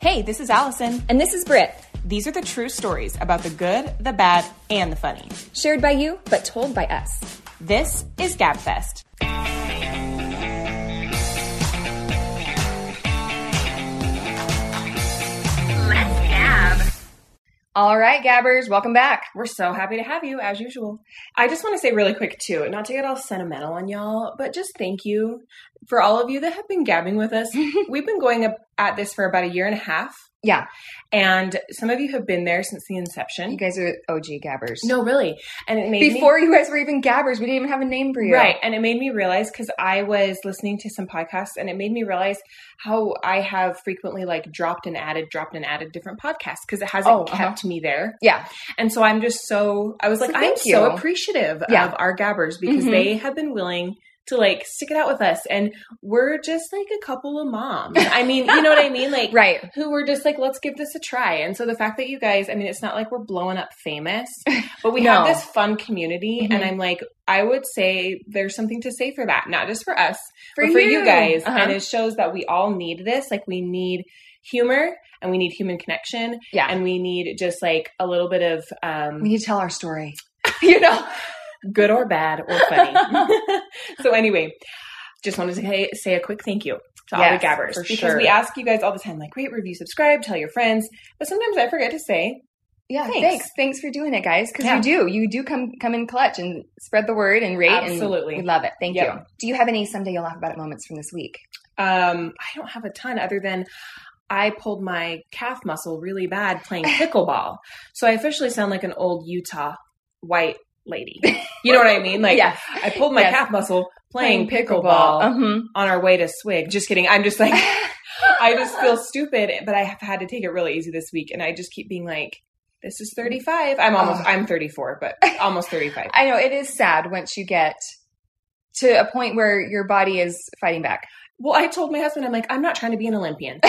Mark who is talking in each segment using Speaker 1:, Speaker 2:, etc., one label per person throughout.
Speaker 1: Hey, this is Allison.
Speaker 2: And this is Britt,
Speaker 1: These are the true stories about the good, the bad, and the funny.
Speaker 2: shared by you, but told by us.
Speaker 1: This is GabFest.
Speaker 2: All right, Gabbers, welcome back.
Speaker 1: We're so happy to have you as usual. I just want to say really quick too, not to get all sentimental on y'all, but just thank you for all of you that have been gabbing with us. We've been going up at this for about a year and a half,
Speaker 2: Yeah,
Speaker 1: and some of you have been there since the inception.
Speaker 2: you guys are OG Gabbers.
Speaker 1: No, really, and it made me-
Speaker 2: Before you guys were even Gabbers, we didn't even have a name for you.
Speaker 1: Right. And it made me realize because I was listening to some podcasts and it made me realize how I have frequently like dropped and added, dropped and added different podcasts because it hasn't
Speaker 2: Oh, uh-huh.
Speaker 1: kept me there.
Speaker 2: Yeah,
Speaker 1: And so I'm just so, I was
Speaker 2: So
Speaker 1: like, I'm
Speaker 2: thank
Speaker 1: so
Speaker 2: you.
Speaker 1: appreciative
Speaker 2: Yeah.
Speaker 1: of our gabbers because
Speaker 2: Mhm.
Speaker 1: they have been willing to like stick it out with us. And we're just like a couple of moms. I mean, you know what I mean? Like,
Speaker 2: right.
Speaker 1: who were just like, let's give this a try. And so the fact that you guys, I mean, it's not like we're blowing up famous, but we have
Speaker 2: No.
Speaker 1: this fun community. And
Speaker 2: Mhm.
Speaker 1: I'm like, I would say there's something to say for that, not just for us,
Speaker 2: For,
Speaker 1: but for you, guys.
Speaker 2: Uh-huh.
Speaker 1: And it shows that we all need this. Like, we need humor and we need human connection
Speaker 2: yeah,
Speaker 1: and we need just like a little bit of
Speaker 2: we
Speaker 1: um,
Speaker 2: need to tell our story. you know,
Speaker 1: good or bad or funny. so, anyway. Just wanted to say, say a quick thank you to all
Speaker 2: Yes,
Speaker 1: the gabbers
Speaker 2: for
Speaker 1: because
Speaker 2: sure.
Speaker 1: we ask you guys all the time, like, rate, review, subscribe, tell your friends. But sometimes I forget to say
Speaker 2: yeah. Thanks,
Speaker 1: Thanks.
Speaker 2: thanks, for doing it, guys. Because
Speaker 1: Yeah.
Speaker 2: you do, you do come come in clutch and spread the word and rate. and
Speaker 1: Absolutely.
Speaker 2: we love it. Thank
Speaker 1: Yep.
Speaker 2: you. Do you have any someday you'll laugh about it moments from this week?
Speaker 1: Um, I don't have a ton other than I pulled my calf muscle really bad playing pickleball. So I officially sound like an old Utah white lady. You know what I mean? Like
Speaker 2: yeah,
Speaker 1: I pulled my
Speaker 2: Yes.
Speaker 1: calf muscle playing pickleball
Speaker 2: Uh-huh.
Speaker 1: on our way to Swig. Just kidding. I'm just like I just feel stupid, but I have had to take it really easy this week and I just keep being like this is 35. I'm almost
Speaker 2: Ugh.
Speaker 1: I'm 34, but almost 35.
Speaker 2: I know it is sad once you get to a point where your body is fighting back.
Speaker 1: Well, I told my husband I'm like I'm not trying to be an Olympian.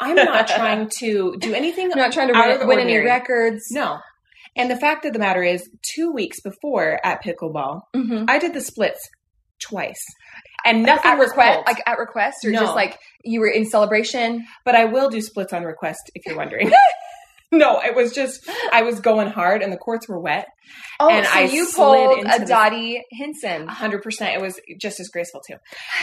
Speaker 1: I'm not trying to do anything
Speaker 2: I'm not trying to
Speaker 1: Out of
Speaker 2: win,
Speaker 1: the
Speaker 2: win any
Speaker 1: ordinary.
Speaker 2: records.
Speaker 1: No. And the fact of the matter is, two weeks before at pickleball,
Speaker 2: Mhm.
Speaker 1: I did the splits twice, and nothing
Speaker 2: at
Speaker 1: was
Speaker 2: request,
Speaker 1: request.
Speaker 2: like at request, or
Speaker 1: No.
Speaker 2: just like you were in celebration.
Speaker 1: but I will do splits on request if you're wondering. no, it was just I was going hard, and the courts were wet.
Speaker 2: Oh,
Speaker 1: And
Speaker 2: so
Speaker 1: I
Speaker 2: you
Speaker 1: slid
Speaker 2: pulled
Speaker 1: into
Speaker 2: a
Speaker 1: the-
Speaker 2: Dottie Henson.
Speaker 1: hundred percent. It was just as graceful too.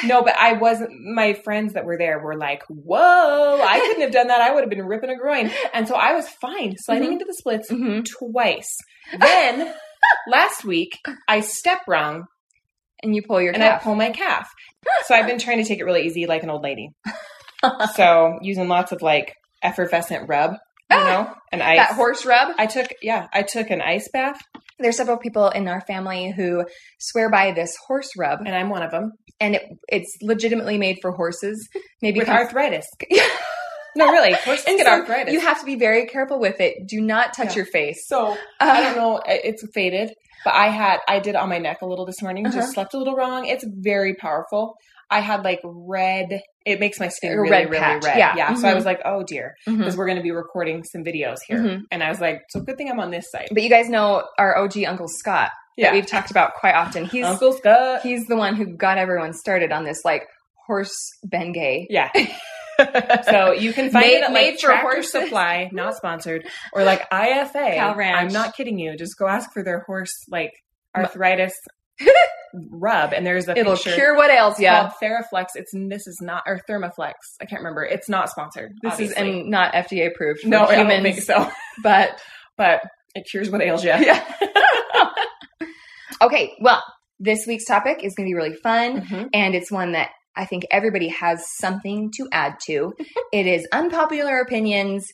Speaker 1: No, but I wasn't. My friends that were there were like, "Whoa, I couldn't have done that. I would have been ripping a groin." And so I was fine sliding
Speaker 2: Mhm.
Speaker 1: into the splits
Speaker 2: Mhm.
Speaker 1: twice. Then last week I step wrong
Speaker 2: And you pull your
Speaker 1: and I
Speaker 2: calf.
Speaker 1: pull my calf. So I've been trying to take it really easy, like an old lady. so using lots of like effervescent rub, you know, and ice.
Speaker 2: Ah, that horse rub.
Speaker 1: I took yeah, I took an ice bath,
Speaker 2: There's several people in our family who swear by this horse rub,
Speaker 1: and I'm one of them
Speaker 2: and it, it's legitimately made for horses. Maybe
Speaker 1: with
Speaker 2: com-
Speaker 1: arthritis. no, really, horses
Speaker 2: And
Speaker 1: get
Speaker 2: so
Speaker 1: arthritis.
Speaker 2: You have to be very careful with it. Do not touch
Speaker 1: Yeah.
Speaker 2: your face.
Speaker 1: so I don't know, i- it's faded, but I had I did on my neck a little this morning.
Speaker 2: Uh-huh.
Speaker 1: Just slept a little wrong. It's very powerful. I had like red. It makes my skin
Speaker 2: A
Speaker 1: really,
Speaker 2: red
Speaker 1: really
Speaker 2: patch.
Speaker 1: red.
Speaker 2: Yeah.
Speaker 1: So I
Speaker 2: Mhm.
Speaker 1: was like, oh dear,
Speaker 2: Mhm.
Speaker 1: because we're going to be recording some videos here.
Speaker 2: Mhm.
Speaker 1: And I was like, so good thing I'm on this side.
Speaker 2: But you guys know our OG Uncle Scott that
Speaker 1: Yeah. Uh-huh.
Speaker 2: we've talked about quite often. He's
Speaker 1: Uncle Scott.
Speaker 2: he's the one who got everyone started on this like horse Bengay.
Speaker 1: yeah. so you can find
Speaker 2: Made-
Speaker 1: it at
Speaker 2: made
Speaker 1: like
Speaker 2: for
Speaker 1: Tractor
Speaker 2: horses.
Speaker 1: Supply, not sponsored, or like IFA.
Speaker 2: Cal Ranch.
Speaker 1: I'm not kidding you. Just go ask for their horse like arthritis rub, and there's a
Speaker 2: It'll
Speaker 1: picture.
Speaker 2: cure what ails you.
Speaker 1: It's called Theraflex. It's this is not or Thermaflex. I can't remember. It's not sponsored.
Speaker 2: This
Speaker 1: obviously.
Speaker 2: is and not FDA approved for
Speaker 1: no, I don't
Speaker 2: humans,
Speaker 1: think so.
Speaker 2: but
Speaker 1: But it cures what ails you.
Speaker 2: yeah. okay, well, this week's topic is going to be really fun,
Speaker 1: Mhm.
Speaker 2: and it's one that I think everybody has something to add to. it is unpopular opinions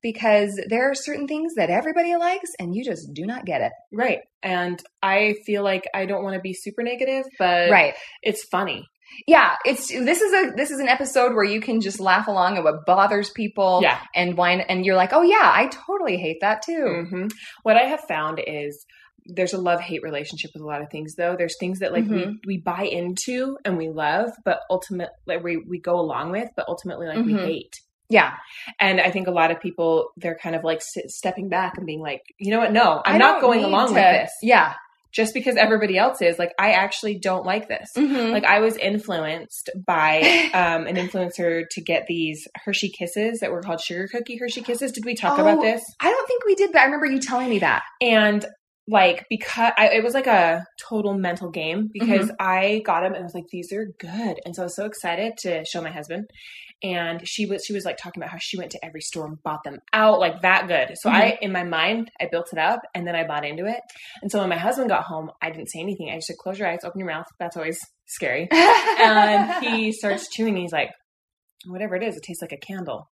Speaker 2: because there are certain things that everybody likes, and you just do not get it.
Speaker 1: Right. And I feel like I don't want to be super negative, but
Speaker 2: Right?
Speaker 1: it's funny.
Speaker 2: Yeah. It's this is a this is an episode where you can just laugh along at what bothers people.
Speaker 1: Yeah.
Speaker 2: and wine and you're like oh yeah i totally hate that too
Speaker 1: hmm What I have found is there's a love hate relationship with a lot of things, though. There's things that like we,
Speaker 2: Mhm.
Speaker 1: we buy into and we love, but ultimately like, we we go along with, but ultimately like we
Speaker 2: Mhm.
Speaker 1: hate.
Speaker 2: yeah
Speaker 1: And I think a lot of people they're kind of like s- stepping back and being like, you know what? No, I'm
Speaker 2: I
Speaker 1: not
Speaker 2: don't
Speaker 1: going
Speaker 2: need
Speaker 1: along
Speaker 2: to-
Speaker 1: with this.
Speaker 2: yeah
Speaker 1: just because everybody else is. Like, I actually don't like this.
Speaker 2: Mhm.
Speaker 1: Like, I was influenced by um, an influencer to get these Hershey Kisses that were called Sugar Cookie Hershey Kisses. Did we talk
Speaker 2: Oh.
Speaker 1: about this?
Speaker 2: I don't think we did, but I remember you telling me that.
Speaker 1: And like because I, it was like a total mental game because I got them and I was like these are good and so I was so excited to show my husband and she was she was like talking about how she went to every store and bought them out like that good so I in my mind I built it up and then I bought into it and so when my husband got home I didn't say anything I just said close your eyes open your mouth that's always scary and he starts chewing and he's like whatever it is it tastes like a candle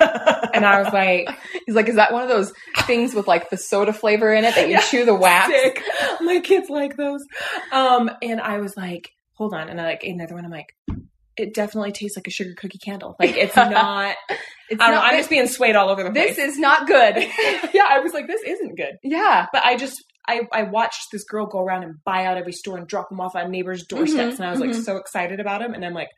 Speaker 1: and I was like
Speaker 2: He's like, is that one of those things with like the soda flavor in it that you
Speaker 1: Yeah.
Speaker 2: chew the wax?
Speaker 1: Sick. My kids like those. Um, and I was like, hold on. And I like ate another one. I'm like, it definitely tastes like a sugar cookie candle. Like it's not.
Speaker 2: It's
Speaker 1: I don't know.
Speaker 2: not
Speaker 1: I'm
Speaker 2: good.
Speaker 1: just being swayed all over the
Speaker 2: this
Speaker 1: place.
Speaker 2: is not good.
Speaker 1: yeah, I was like, this isn't good.
Speaker 2: yeah.
Speaker 1: But I just, I, I watched this girl go around and buy out every store and drop them off on neighbors' doorsteps,
Speaker 2: Mhm,
Speaker 1: and I was
Speaker 2: mhm.
Speaker 1: like so excited about them. And I'm like,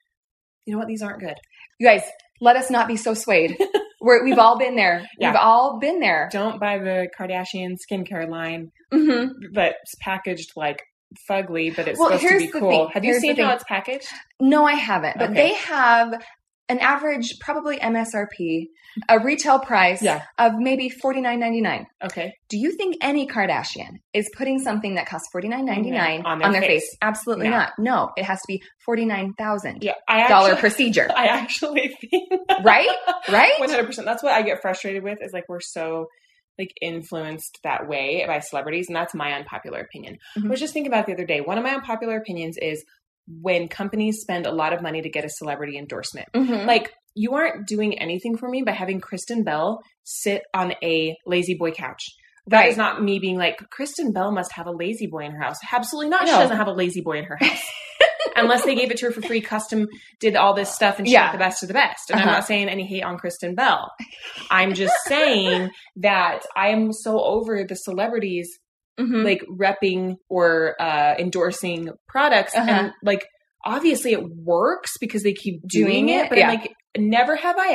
Speaker 1: you know what? These aren't good.
Speaker 2: You guys, let us not be so swayed. We're, we've all been there.
Speaker 1: Yeah.
Speaker 2: We've all been there.
Speaker 1: Don't buy the Kardashian skincare line
Speaker 2: hmm
Speaker 1: that's packaged like fugly, but it's
Speaker 2: Well,
Speaker 1: supposed
Speaker 2: here's
Speaker 1: to be
Speaker 2: the
Speaker 1: cool.
Speaker 2: thing.
Speaker 1: Have
Speaker 2: Here's
Speaker 1: you
Speaker 2: the
Speaker 1: seen how
Speaker 2: thing.
Speaker 1: it's packaged?
Speaker 2: No, I haven't. But
Speaker 1: Okay.
Speaker 2: they have an average, probably MSRP, a retail price
Speaker 1: Yeah.
Speaker 2: of maybe forty nine ninety nine.
Speaker 1: Okay.
Speaker 2: Do you think any Kardashian is putting something that costs forty nine ninety nine
Speaker 1: No, on their
Speaker 2: face?
Speaker 1: face.
Speaker 2: Absolutely
Speaker 1: No.
Speaker 2: not. No, it has to be forty nine thousand
Speaker 1: Yeah, I
Speaker 2: dollar
Speaker 1: actually,
Speaker 2: procedure,
Speaker 1: I actually think
Speaker 2: right?
Speaker 1: one
Speaker 2: Right?
Speaker 1: hundred percent. That's what I get frustrated with is like we're so like influenced that way by celebrities, and that's my unpopular opinion.
Speaker 2: Mhm.
Speaker 1: I was just thinking about it the other day. One of my unpopular opinions is when companies spend a lot of money to get a celebrity endorsement.
Speaker 2: Mhm.
Speaker 1: Like you aren't doing anything for me by having Kristen Bell sit on a lazy boy couch. That is
Speaker 2: Right.
Speaker 1: not me being like Kristen Bell must have a lazy boy in her house. Absolutely not. She
Speaker 2: No.
Speaker 1: doesn't have a lazy boy in her house. Unless they gave it to her for free, custom did all this stuff and she
Speaker 2: Yeah.
Speaker 1: got the best of the best. And
Speaker 2: Uh-huh.
Speaker 1: I'm not saying any hate on Kristen Bell. I'm just saying that I am so over the celebrities
Speaker 2: Mhm.
Speaker 1: like repping or uh, endorsing products
Speaker 2: Uh-huh.
Speaker 1: and like obviously it works because they keep
Speaker 2: Doing
Speaker 1: doing, it,
Speaker 2: it,
Speaker 1: but
Speaker 2: Mm-hmm. yeah.
Speaker 1: I'm like never have i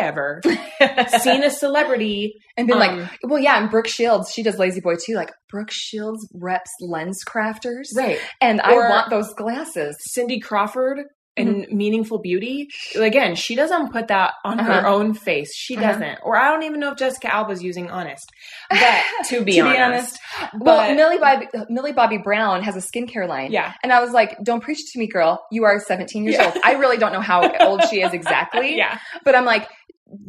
Speaker 1: ever seen a celebrity
Speaker 2: and been like,
Speaker 1: um,
Speaker 2: well, yeah, and Brooke Shields, she does Lazy Boy too. Like Brooke Shields reps lens crafters,
Speaker 1: right
Speaker 2: and I
Speaker 1: Or-
Speaker 2: want those glasses.
Speaker 1: cindy crawford and
Speaker 2: Mm-hmm.
Speaker 1: meaningful beauty again she doesn't put that on her
Speaker 2: Uh-huh.
Speaker 1: own face she
Speaker 2: Uh-huh.
Speaker 1: doesn't or i don't even know if jessica alba's using honest but to be,
Speaker 2: To be
Speaker 1: honest,
Speaker 2: honest, well,
Speaker 1: but-
Speaker 2: Millie Bobby, Millie Bobby Brown has a skincare line.
Speaker 1: yeah
Speaker 2: And I was like, don't preach to me, girl. You are 17 years
Speaker 1: Yeah.
Speaker 2: old. I really don't know how old she is exactly.
Speaker 1: yeah
Speaker 2: But I'm like,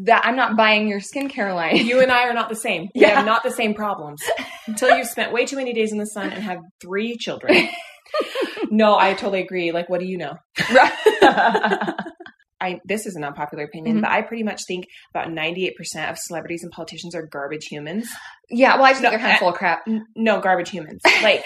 Speaker 2: that I'm not buying your skincare line.
Speaker 1: you and i are not the same we
Speaker 2: Yeah.
Speaker 1: have not the same problems until you've spent way too many days in the sun and have three children no i totally agree like what do you know I this is an unpopular opinion,
Speaker 2: Mhm.
Speaker 1: but I pretty much think about ninety eight percent of celebrities and politicians are garbage humans.
Speaker 2: yeah, well, I just
Speaker 1: No,
Speaker 2: think they're kind of full of crap.
Speaker 1: N- no, garbage humans. Like,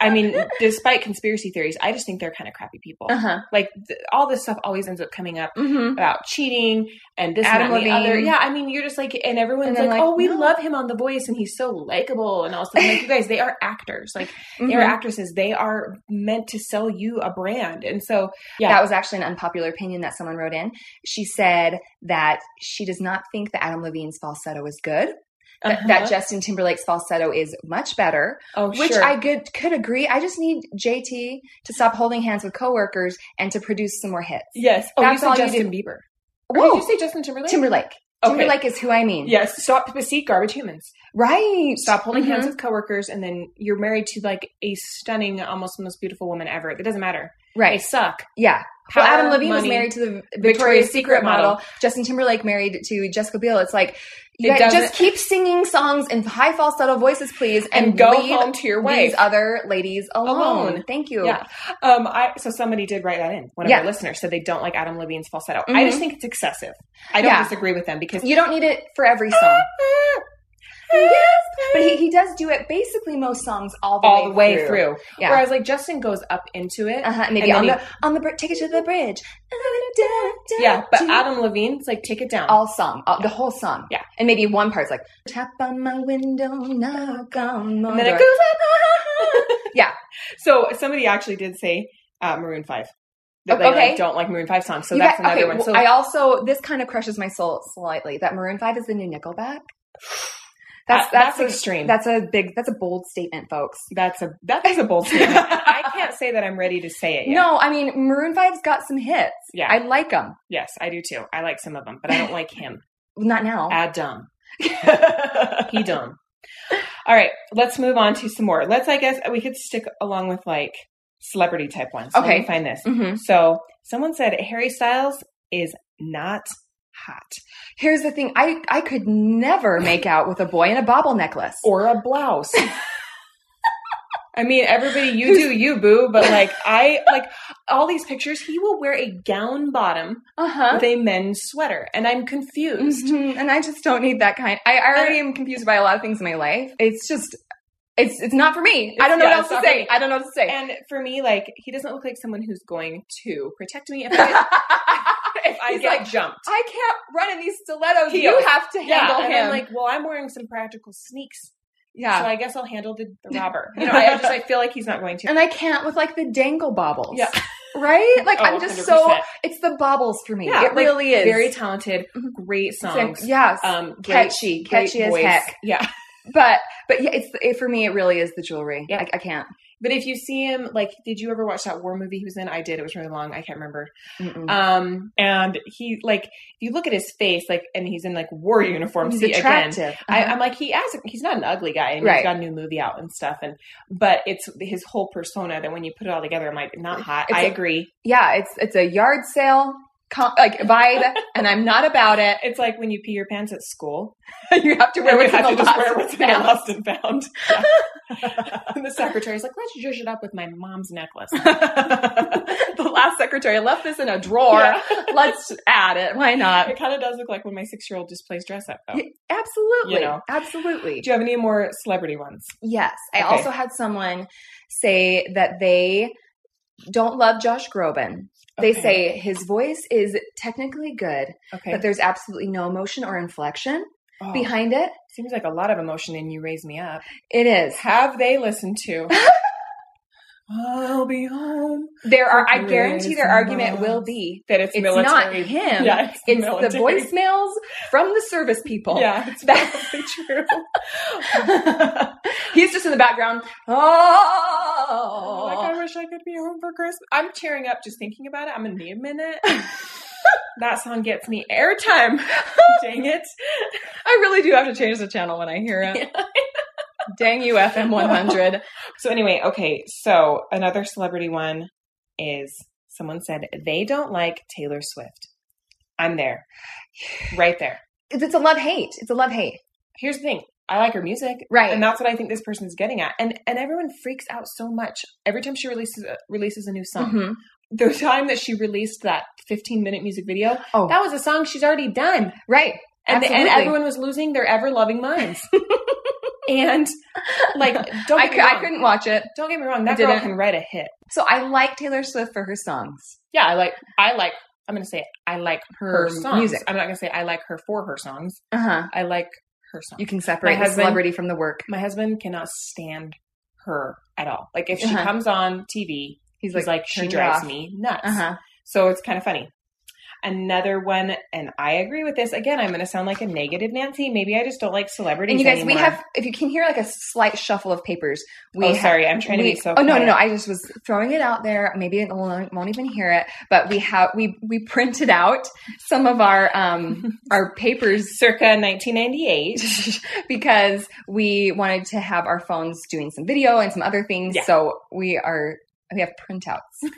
Speaker 1: I mean, despite conspiracy theories, I just think they're kind of crappy people.
Speaker 2: Uh-huh.
Speaker 1: Like th- all this stuff always ends up coming up
Speaker 2: Mm-hmm.
Speaker 1: about cheating and this
Speaker 2: Adam
Speaker 1: and that and the other.
Speaker 2: Levine.
Speaker 1: Yeah, I mean, you're just like, and
Speaker 2: And
Speaker 1: everyone's
Speaker 2: they're
Speaker 1: like,
Speaker 2: like,
Speaker 1: oh, we
Speaker 2: no.
Speaker 1: love him on The Voice, and he's so likable, and all stuff. Like, you guys, they are actors. Like,
Speaker 2: Mm-hmm.
Speaker 1: they're actresses. They are meant to sell you a brand, and so yeah.
Speaker 2: That was actually an unpopular opinion that someone wrote in. She said that she does not think that Adam Levine's falsetto is good, that, that
Speaker 1: Uh-huh.
Speaker 2: Justin Timberlake's falsetto is much better,
Speaker 1: oh,
Speaker 2: Which
Speaker 1: sure.
Speaker 2: I could could agree. I just need JT to stop holding hands with coworkers and to produce some more hits.
Speaker 1: yes. Oh, you
Speaker 2: That's all
Speaker 1: said
Speaker 2: you
Speaker 1: Justin Bieber. Or
Speaker 2: Whoa,
Speaker 1: Did you say Justin Timberlake?
Speaker 2: Timberlake.
Speaker 1: Okay.
Speaker 2: Timberlake is who I mean.
Speaker 1: Yes. Stop. But see, garbage humans.
Speaker 2: Right.
Speaker 1: Stop holding
Speaker 2: Mhm.
Speaker 1: hands with coworkers, and then you're married to like a stunning, almost most beautiful woman ever. It doesn't matter. They
Speaker 2: Right.
Speaker 1: suck.
Speaker 2: Yeah. well,
Speaker 1: Power,
Speaker 2: Adam Levine was
Speaker 1: money.
Speaker 2: married to the Victoria's,
Speaker 1: Victoria's
Speaker 2: Secret,
Speaker 1: Secret
Speaker 2: model.
Speaker 1: model.
Speaker 2: Justin Timberlake married to Jessica Biel. It's like you
Speaker 1: It
Speaker 2: guys
Speaker 1: doesn't-
Speaker 2: just keep singing songs in high falsetto voices, please,
Speaker 1: And, go
Speaker 2: leave
Speaker 1: home to your
Speaker 2: these
Speaker 1: wife.
Speaker 2: other ladies alone.
Speaker 1: Alone.
Speaker 2: Thank you.
Speaker 1: Yeah. Um. I so somebody did write that in. One of
Speaker 2: Yeah.
Speaker 1: our listeners said they don't like Adam Levine's falsetto.
Speaker 2: Mhm.
Speaker 1: I just think it's excessive. I don't
Speaker 2: Yeah.
Speaker 1: disagree with them because
Speaker 2: You don't need it for every song. But he, he does do it basically most songs all the
Speaker 1: all
Speaker 2: way
Speaker 1: the way through.
Speaker 2: Yeah.
Speaker 1: Whereas like Justin goes up into it.
Speaker 2: Uh-huh, maybe
Speaker 1: And
Speaker 2: on
Speaker 1: then
Speaker 2: the on the br- take it to the bridge.
Speaker 1: Yeah, but Adam Levine's like take it down.
Speaker 2: all song, all, the whole song.
Speaker 1: Yeah.
Speaker 2: and maybe one part's like tap on my window, knock on my
Speaker 1: and then it
Speaker 2: door.
Speaker 1: goes up.
Speaker 2: Yeah.
Speaker 1: So somebody actually did say uh, Maroon Five. That they
Speaker 2: Okay.
Speaker 1: like, don't like Maroon Five songs, so
Speaker 2: You
Speaker 1: that's
Speaker 2: guys-
Speaker 1: another
Speaker 2: okay,
Speaker 1: one.
Speaker 2: well,
Speaker 1: So
Speaker 2: I also this kind of crushes my soul slightly that Maroon Five is the new Nickelback. That's
Speaker 1: That-
Speaker 2: that's,
Speaker 1: that's
Speaker 2: a-
Speaker 1: extreme.
Speaker 2: That's a big. That's a bold statement, folks.
Speaker 1: That's a that is a bold statement. I can't say that I'm ready to say it yet.
Speaker 2: No, I mean Maroon 5's got some hits.
Speaker 1: Yeah.
Speaker 2: I like them.
Speaker 1: Yes, I do too. I like some of them, but I don't like him.
Speaker 2: Not
Speaker 1: Oh.
Speaker 2: now.
Speaker 1: Adam. he dumb. All right, let's move on to some more. Let's I guess we could stick along with like celebrity type ones. Let
Speaker 2: Okay.
Speaker 1: me find this.
Speaker 2: hmm
Speaker 1: So someone said Harry Styles is not hot
Speaker 2: Here's the thing. I I could never make out with a boy in a bobble necklace.
Speaker 1: or a blouse. I mean, everybody, you do you, boo. But like, I like all these pictures. He will wear a gown bottom
Speaker 2: Uh huh.
Speaker 1: with a men's sweater, and I'm confused.
Speaker 2: Mm-hmm. And I just don't need that kind. I, I already am confused by a lot of things in my life. It's just, it's it's not for me. I don't know
Speaker 1: yeah,
Speaker 2: what else
Speaker 1: it's
Speaker 2: to
Speaker 1: not for
Speaker 2: say.
Speaker 1: me.
Speaker 2: I don't know what to say.
Speaker 1: And for me, like, he doesn't look like someone who's going to protect me if I, if I
Speaker 2: He's
Speaker 1: get
Speaker 2: like,
Speaker 1: jumped.
Speaker 2: I can't run in these stilettos.
Speaker 1: He
Speaker 2: you
Speaker 1: always-
Speaker 2: have to handle
Speaker 1: and
Speaker 2: him.
Speaker 1: I'm like, well, I'm wearing some practical sneaks,
Speaker 2: yeah.
Speaker 1: so I guess I'll handle the, the robber. You know, I just I feel like he's not going to.
Speaker 2: and I can't with like the dangle bobbles.
Speaker 1: Yeah.
Speaker 2: Right? Like
Speaker 1: Oh,
Speaker 2: I'm just so
Speaker 1: 100%.
Speaker 2: it's the bobbles for me.
Speaker 1: Yeah,
Speaker 2: it
Speaker 1: like,
Speaker 2: really is.
Speaker 1: very talented,
Speaker 2: Mhm.
Speaker 1: great songs.
Speaker 2: Yes.
Speaker 1: Um, great-
Speaker 2: catchy,
Speaker 1: great
Speaker 2: catchy as
Speaker 1: voice.
Speaker 2: heck.
Speaker 1: Yeah.
Speaker 2: But but yeah, it's it, for me it really is the jewelry.
Speaker 1: Yeah.
Speaker 2: I, I can't.
Speaker 1: But if you see him, like, did you ever watch that war movie he was in? I did. It was really long. I can't remember.
Speaker 2: Mm-mm.
Speaker 1: Um, and he, like, if you look at his face, like, and he's in like war uniform.
Speaker 2: He's
Speaker 1: See again.
Speaker 2: attractive.
Speaker 1: I,
Speaker 2: Uh-huh.
Speaker 1: I'm like he as he's not an ugly guy. and
Speaker 2: Right.
Speaker 1: He's got a new movie out and stuff, and but it's his whole persona that when you put it all together, I'm like not hot.
Speaker 2: It's
Speaker 1: I
Speaker 2: a-
Speaker 1: agree.
Speaker 2: yeah, it's it's a yard sale com- like vibe, and I'm not about it.
Speaker 1: It's like when you pee your pants at school.
Speaker 2: you have to wear
Speaker 1: You
Speaker 2: what's in
Speaker 1: have
Speaker 2: the
Speaker 1: to just
Speaker 2: lost
Speaker 1: wear what's in the
Speaker 2: now.
Speaker 1: lost and found. Yeah. and the secretary's like, let's zhuzh it up with my mom's necklace.
Speaker 2: the last secretary left this in a drawer.
Speaker 1: Yeah.
Speaker 2: Let's add it. Why not?
Speaker 1: it kind of does look like when my six year old just plays dress up. Though.
Speaker 2: Yeah. Absolutely.
Speaker 1: You know.
Speaker 2: Absolutely.
Speaker 1: Do you have any more celebrity ones?
Speaker 2: Yes. I
Speaker 1: Okay.
Speaker 2: also had someone say that they don't love Josh Groban. They
Speaker 1: Okay.
Speaker 2: say his voice is technically good,
Speaker 1: Okay.
Speaker 2: but there's absolutely no emotion or inflection
Speaker 1: Oh,
Speaker 2: behind it.
Speaker 1: seems like a lot of emotion in "You Raise Me Up."
Speaker 2: It is.
Speaker 1: Have they listened to? I'll be home.
Speaker 2: There are I
Speaker 1: Raise
Speaker 2: guarantee their
Speaker 1: my
Speaker 2: argument
Speaker 1: eyes.
Speaker 2: will be
Speaker 1: That it's,
Speaker 2: it's not
Speaker 1: military.
Speaker 2: him.
Speaker 1: Yeah, it's,
Speaker 2: It's the
Speaker 1: military.
Speaker 2: voicemails from the service people.
Speaker 1: Yeah, it's
Speaker 2: That-
Speaker 1: probably true.
Speaker 2: He's just in the background.
Speaker 1: Like
Speaker 2: Oh,
Speaker 1: I wish I could be home for Christmas. I'm tearing up just thinking about it. I'm gonna need a minute. that song gets me airtime. Dang it!
Speaker 2: I really do have to change the channel when I hear it. Dang you, FM 100.
Speaker 1: So anyway, okay. So another celebrity one is someone said they don't like Taylor Swift. I'm there, right there.
Speaker 2: It's it's a love hate. It's a love hate.
Speaker 1: Here's the thing. I like her music.
Speaker 2: Right.
Speaker 1: and that's what I think this person's getting at. And and everyone freaks out so much every time she releases a, releases a new song.
Speaker 2: Mhm.
Speaker 1: The time that she released that 15 minute music video,
Speaker 2: Oh,
Speaker 1: that was a song she's already done,
Speaker 2: right.
Speaker 1: and the- and
Speaker 2: Absolutely.
Speaker 1: everyone was losing their ever loving minds. and like, don't
Speaker 2: I,
Speaker 1: get me
Speaker 2: cou- I
Speaker 1: wrong.
Speaker 2: couldn't watch it.
Speaker 1: Don't get me wrong.
Speaker 2: I
Speaker 1: That girl
Speaker 2: didn't.
Speaker 1: can write a hit.
Speaker 2: So I like Taylor Swift for her songs.
Speaker 1: Yeah, I like. I like. I'm gonna say I like her,
Speaker 2: Her
Speaker 1: songs.
Speaker 2: music.
Speaker 1: I'm not gonna say I like her for her songs.
Speaker 2: Uh huh.
Speaker 1: I like her songs.
Speaker 2: You can separate
Speaker 1: Uh-huh. My
Speaker 2: the
Speaker 1: husband-
Speaker 2: celebrity from the work.
Speaker 1: my husband cannot stand her at all. Like if she
Speaker 2: Uh-huh.
Speaker 1: comes on TV,
Speaker 2: He's
Speaker 1: He's like, Uh-huh.
Speaker 2: turn
Speaker 1: she
Speaker 2: it
Speaker 1: drives
Speaker 2: off.
Speaker 1: me nuts.
Speaker 2: Uh huh.
Speaker 1: So it's kind of funny. Another one, and I agree with this. Again, I'm going to sound like a negative Nancy. Maybe I just don't like celebrities.
Speaker 2: And you guys, we
Speaker 1: anymore.
Speaker 2: have. If you can hear like a slight shuffle of papers, we
Speaker 1: oh,
Speaker 2: have.
Speaker 1: sorry, I'm trying
Speaker 2: we-
Speaker 1: to be so.
Speaker 2: oh no no
Speaker 1: quiet.
Speaker 2: no! I just was throwing it out there. Maybe it won't, won't even hear it, but we have we we printed out some of our um our papers
Speaker 1: Circa 1998.
Speaker 2: because we wanted to have our phones doing some video and some other things.
Speaker 1: Yeah.
Speaker 2: So we are we have printouts.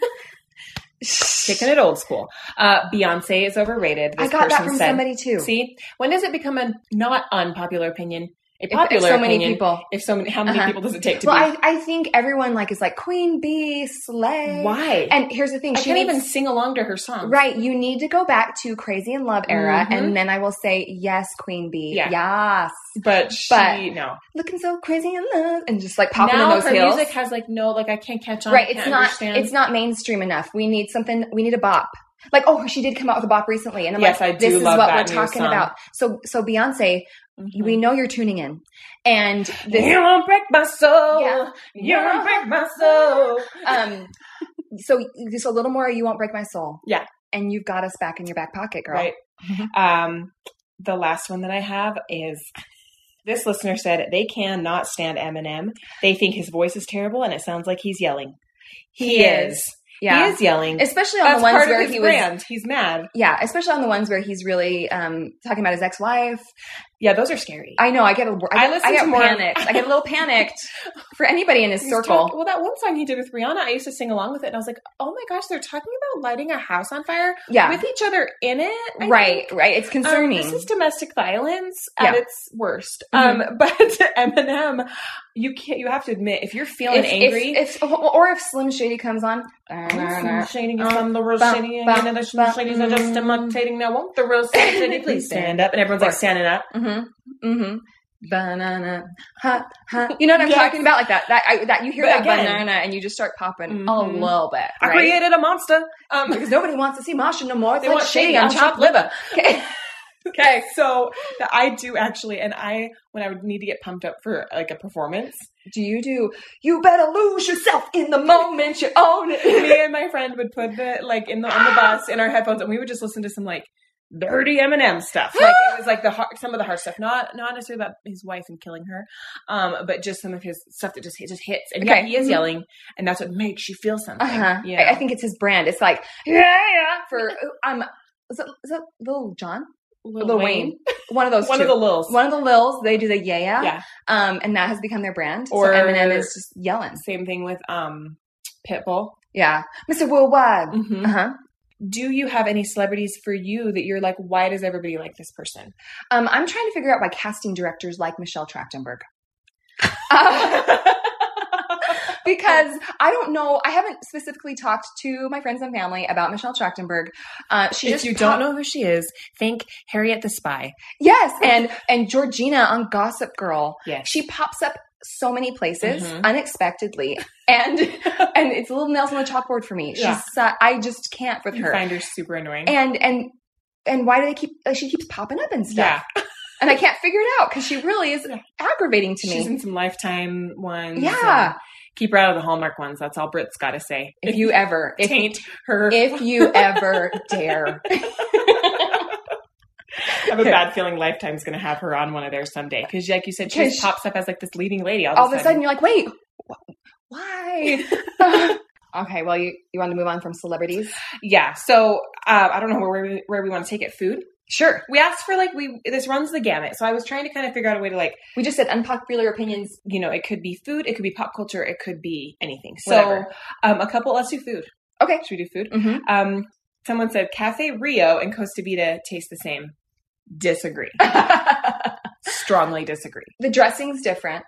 Speaker 1: Kicking it old school. Uh, Beyonce is overrated.
Speaker 2: I
Speaker 1: This
Speaker 2: got that
Speaker 1: person
Speaker 2: from
Speaker 1: said.
Speaker 2: somebody too.
Speaker 1: See, when does it become a not unpopular opinion? A
Speaker 2: If- if
Speaker 1: popular
Speaker 2: so many
Speaker 1: opinion.
Speaker 2: people.
Speaker 1: If so many, how many
Speaker 2: Uh-huh.
Speaker 1: people does it take to
Speaker 2: Well,
Speaker 1: be?
Speaker 2: I, I think everyone like is like Queen Bee, Slay.
Speaker 1: Why?
Speaker 2: And here's the thing:
Speaker 1: I
Speaker 2: she
Speaker 1: can't
Speaker 2: needs-
Speaker 1: even sing along to her song.
Speaker 2: Right, you need to go back to Crazy in Love era,
Speaker 1: Mhm.
Speaker 2: and then I will say yes, Queen Bee,
Speaker 1: Yeah.
Speaker 2: yes,
Speaker 1: But she,
Speaker 2: But-
Speaker 1: no.
Speaker 2: looking so crazy in love, and just like popping
Speaker 1: now
Speaker 2: in those
Speaker 1: her
Speaker 2: heels.
Speaker 1: music has like no, like I can't catch on. I
Speaker 2: right, it's
Speaker 1: can't
Speaker 2: not
Speaker 1: understand.
Speaker 2: it's not mainstream enough. We need something. We need a bop. Like oh, she did come out with a bop recently, and I'm
Speaker 1: Yes,
Speaker 2: like,
Speaker 1: I do
Speaker 2: this is
Speaker 1: love
Speaker 2: what
Speaker 1: that new
Speaker 2: we're
Speaker 1: song.
Speaker 2: talking
Speaker 1: Mm-hmm.
Speaker 2: about. So so Beyonce, we know you're tuning in, and this
Speaker 1: you won't break my soul.
Speaker 2: Yeah.
Speaker 1: You won't break my soul.
Speaker 2: um, so just a little more. You won't break my soul.
Speaker 1: Yeah.
Speaker 2: and you've got us Mm-hmm. back in your back pocket, girl.
Speaker 1: Right. Um, the last one that I have is This listener said they cannot stand Eminem. They think his voice is terrible and it sounds like he's yelling. He,
Speaker 2: He
Speaker 1: is.
Speaker 2: is. Yeah.
Speaker 1: He is yelling.
Speaker 2: especially on
Speaker 1: That's
Speaker 2: the ones
Speaker 1: part of
Speaker 2: where
Speaker 1: his
Speaker 2: he was
Speaker 1: brand. He's mad.
Speaker 2: Yeah, especially on the ones where he's really um, talking about his ex-wife.
Speaker 1: Yeah, those are scary.
Speaker 2: I know. I get a. I, get,
Speaker 1: I listen
Speaker 2: I get
Speaker 1: to more-
Speaker 2: panicked. I get a little panicked for anybody in his
Speaker 1: He's
Speaker 2: circle.
Speaker 1: talk- well, that one song he did with Rihanna, I used to sing along with it, and I was like, "Oh my gosh, they're talking about lighting a house on fire
Speaker 2: yeah,
Speaker 1: with each other in it." I
Speaker 2: right, right. It's
Speaker 1: Um,
Speaker 2: concerning.
Speaker 1: this is domestic violence at
Speaker 2: Yeah.
Speaker 1: its worst.
Speaker 2: Mhm.
Speaker 1: Um, but Eminem, you can't. You have to admit, if you're feeling
Speaker 2: if,
Speaker 1: angry,
Speaker 2: if, if or if Slim Shady comes on.
Speaker 1: I'm shading
Speaker 2: Um,
Speaker 1: from the real
Speaker 2: bum,
Speaker 1: shady,
Speaker 2: bum,
Speaker 1: and the sh-
Speaker 2: bum,
Speaker 1: shadies are just
Speaker 2: mm.
Speaker 1: imitating now. Won't the real shady please stand up? And everyone's like standing up.
Speaker 2: Mm-hmm. Mm-hmm. Banana, huh, huh. You know what I'm
Speaker 1: Yes.
Speaker 2: talking about, like that. That I, that you hear
Speaker 1: But
Speaker 2: that
Speaker 1: again-
Speaker 2: banana, and you just start popping a
Speaker 1: Mhm.
Speaker 2: little bit,
Speaker 1: I
Speaker 2: right?
Speaker 1: created a monster. Um,
Speaker 2: Because nobody wants to see Masha no more. It's
Speaker 1: they
Speaker 2: like
Speaker 1: want
Speaker 2: shady
Speaker 1: shady
Speaker 2: on
Speaker 1: on chopped liver.
Speaker 2: Okay.
Speaker 1: Okay, so that I do actually, and I when I would need to get pumped up for like a performance,
Speaker 2: Do you do? You better lose yourself in the moment. You own it.
Speaker 1: me and my friend would put the like in the on the bus in our headphones, and we would just listen to some like dirty Eminem stuff. Like it was like the hard, some of the hard stuff, not not necessarily about his wife and killing her, um, but just some of his stuff that just it just hits. And yeah,
Speaker 2: Okay.
Speaker 1: he is
Speaker 2: Mhm.
Speaker 1: yelling, and that's what makes you feel something.
Speaker 2: Uh-huh.
Speaker 1: You
Speaker 2: I, I
Speaker 1: know?
Speaker 2: think it's his brand. It's like yeah, yeah. For um, is it, is it Lil John?
Speaker 1: Lil,
Speaker 2: One of those.
Speaker 1: one
Speaker 2: two.
Speaker 1: of the lils.
Speaker 2: One of the Lils. They do the yeah, yeah.
Speaker 1: Yeah.
Speaker 2: Um, and that has become their brand.
Speaker 1: Or-
Speaker 2: so Eminem is just yelling.
Speaker 1: Same thing with um, Pitbull.
Speaker 2: Yeah, Mr. Worldwide.
Speaker 1: Mm-hmm.
Speaker 2: Uh huh.
Speaker 1: Do you have any celebrities for you that you're like, why does everybody like this person?
Speaker 2: Um, I'm trying to figure out why casting directors like Michelle Trachtenberg. Uh, because I don't know, I haven't specifically talked to my friends and family about Michelle Trachtenberg. Uh, she
Speaker 1: if
Speaker 2: just
Speaker 1: you
Speaker 2: popped-
Speaker 1: don't know who she is, think Harriet the Spy.
Speaker 2: Yes, and and Georgina on Gossip Girl.
Speaker 1: Yes.
Speaker 2: She pops up so many places
Speaker 1: Mhm.
Speaker 2: unexpectedly, and and it's little nails on the chalkboard for me. She's
Speaker 1: Yeah.
Speaker 2: so- I just can't with
Speaker 1: You
Speaker 2: her.
Speaker 1: find her super annoying.
Speaker 2: And and and why do they keep? Like, she keeps popping up and stuff,
Speaker 1: yeah,
Speaker 2: and I can't figure it out because she really is
Speaker 1: Yeah.
Speaker 2: aggravating to
Speaker 1: she's
Speaker 2: me.
Speaker 1: in some Lifetime ones.
Speaker 2: Yeah.
Speaker 1: and Keep her out of the Hallmark ones. That's all Brit's got to say.
Speaker 2: if you ever, if,
Speaker 1: taint her,
Speaker 2: if you ever dare,
Speaker 1: I have a bad feeling Lifetime's going to have her on one of theirs someday. Because, like you said, she
Speaker 2: 'Cause
Speaker 1: just
Speaker 2: she-
Speaker 1: pops up as like this leading lady all,
Speaker 2: all of a sudden you're like, wait, wh- why? okay, well you you want to move on from celebrities?
Speaker 1: Yeah. So uh, I don't know where we, where we want to take it. Food.
Speaker 2: Sure.
Speaker 1: We asked for like we this runs the gamut. So I was trying to kind of figure out a way to like
Speaker 2: We just said unpopular opinions
Speaker 1: you know it could be food, it could be pop culture, it could be anything. So
Speaker 2: Whatever.
Speaker 1: um, a couple. Let's do food.
Speaker 2: Okay.
Speaker 1: Should we do food?
Speaker 2: Mm-hmm.
Speaker 1: Um, someone said Cafe Rio and Costa Vita taste the same. Disagree. Strongly disagree.
Speaker 2: the dressing's different.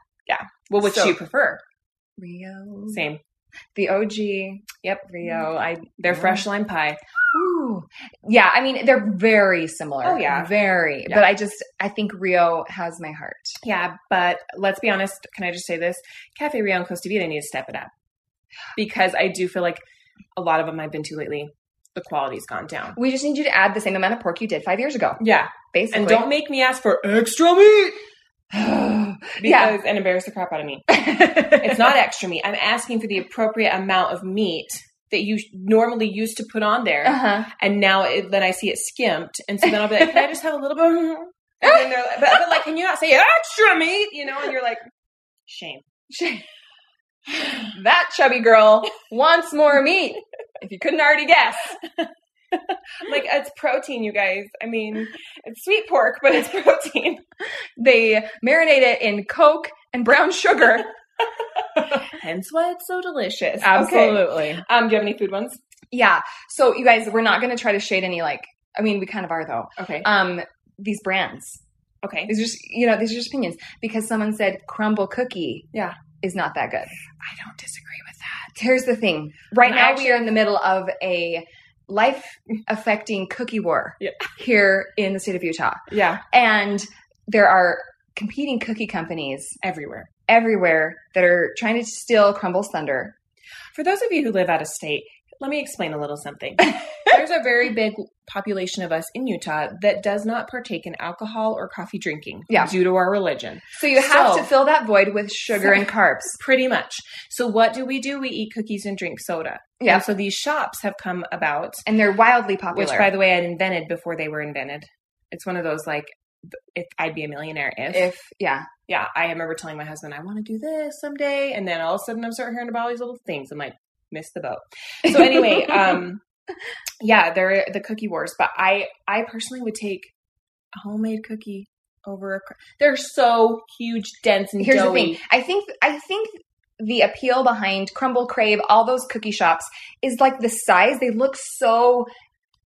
Speaker 1: Well, which
Speaker 2: So-
Speaker 1: do you prefer?
Speaker 2: Rio.
Speaker 1: Same.
Speaker 2: The OG.
Speaker 1: Yep.
Speaker 2: Rio. I
Speaker 1: They're
Speaker 2: Mm-hmm. Yeah.
Speaker 1: fresh lime pie.
Speaker 2: ooh. Yeah, I mean they're very similar.
Speaker 1: Oh, yeah.
Speaker 2: Very.
Speaker 1: Yeah.
Speaker 2: But I just I think Rio has my heart.
Speaker 1: Yeah, but let's be honest. Can I just say this? Cafe Rio and Costa Vita need to step it up because I do feel like a lot of them I've been to lately, the quality's gone down.
Speaker 2: We just need you to add the same amount of pork you did five years ago.
Speaker 1: Yeah,
Speaker 2: Basically.
Speaker 1: and don't make me ask for extra meat because
Speaker 2: Yeah.
Speaker 1: and embarrass the crap out of me.
Speaker 2: it's
Speaker 1: It's not extra meat. I'm asking for the appropriate amount of meat that you normally used to put on there.
Speaker 2: uh-huh.
Speaker 1: and now it, then I see it skimped, and so then I'll be like, "Can I just have a little bit?" more?" And then they're like, but, but like, can you not say extra meat? You know, and you're like, shame.
Speaker 2: that chubby girl wants more meat. If you couldn't already guess.
Speaker 1: Like it's protein, you guys. I mean, it's sweet pork, but it's protein.
Speaker 2: They marinate it in Coke and brown sugar.
Speaker 1: Hence why it's so delicious. Okay.
Speaker 2: Absolutely.
Speaker 1: Um, do you have any food ones?
Speaker 2: Yeah. So you guys, we're not going to try to shade any like. I mean, we kind of are though.
Speaker 1: Okay.
Speaker 2: Um, these brands.
Speaker 1: okay.
Speaker 2: These are just you know these are just opinions because someone said crumble cookie.
Speaker 1: Yeah.
Speaker 2: Is not that good.
Speaker 1: I don't disagree with that.
Speaker 2: Here's the thing. Right
Speaker 1: I'm
Speaker 2: now
Speaker 1: actually-
Speaker 2: we are in the middle of a life affecting cookie war
Speaker 1: Yeah.
Speaker 2: here in the state of Utah,
Speaker 1: Yeah,
Speaker 2: and there are competing cookie companies
Speaker 1: everywhere.
Speaker 2: everywhere that are trying to steal Crumble's thunder.
Speaker 1: For those of you who live out of state, let me explain a little something. There's a very big population of us in Utah that does not partake in alcohol or coffee drinking
Speaker 2: Yeah.
Speaker 1: due to our religion.
Speaker 2: So you have
Speaker 1: So-
Speaker 2: to fill that void with sugar
Speaker 1: So-
Speaker 2: and carbs.
Speaker 1: Pretty much. So what do we do? We eat cookies and drink soda.
Speaker 2: Yeah.
Speaker 1: And so these shops have come about,
Speaker 2: And they're wildly popular.
Speaker 1: which by the way, I invented before they were invented. It's one of those like if I'd be a millionaire if.
Speaker 2: If yeah,
Speaker 1: yeah, I remember telling my husband, I want to do this someday. And then all of a sudden I'm starting hearing about all these little things. I'm like, miss the boat. So anyway, um, yeah, they're the cookie wars, but I, I personally would take a homemade cookie over a, cr- they're so huge, dense and
Speaker 2: here's
Speaker 1: doughy.
Speaker 2: the thing. I think I think the appeal behind Crumble Crave, all those cookie shops, is like the size. They look so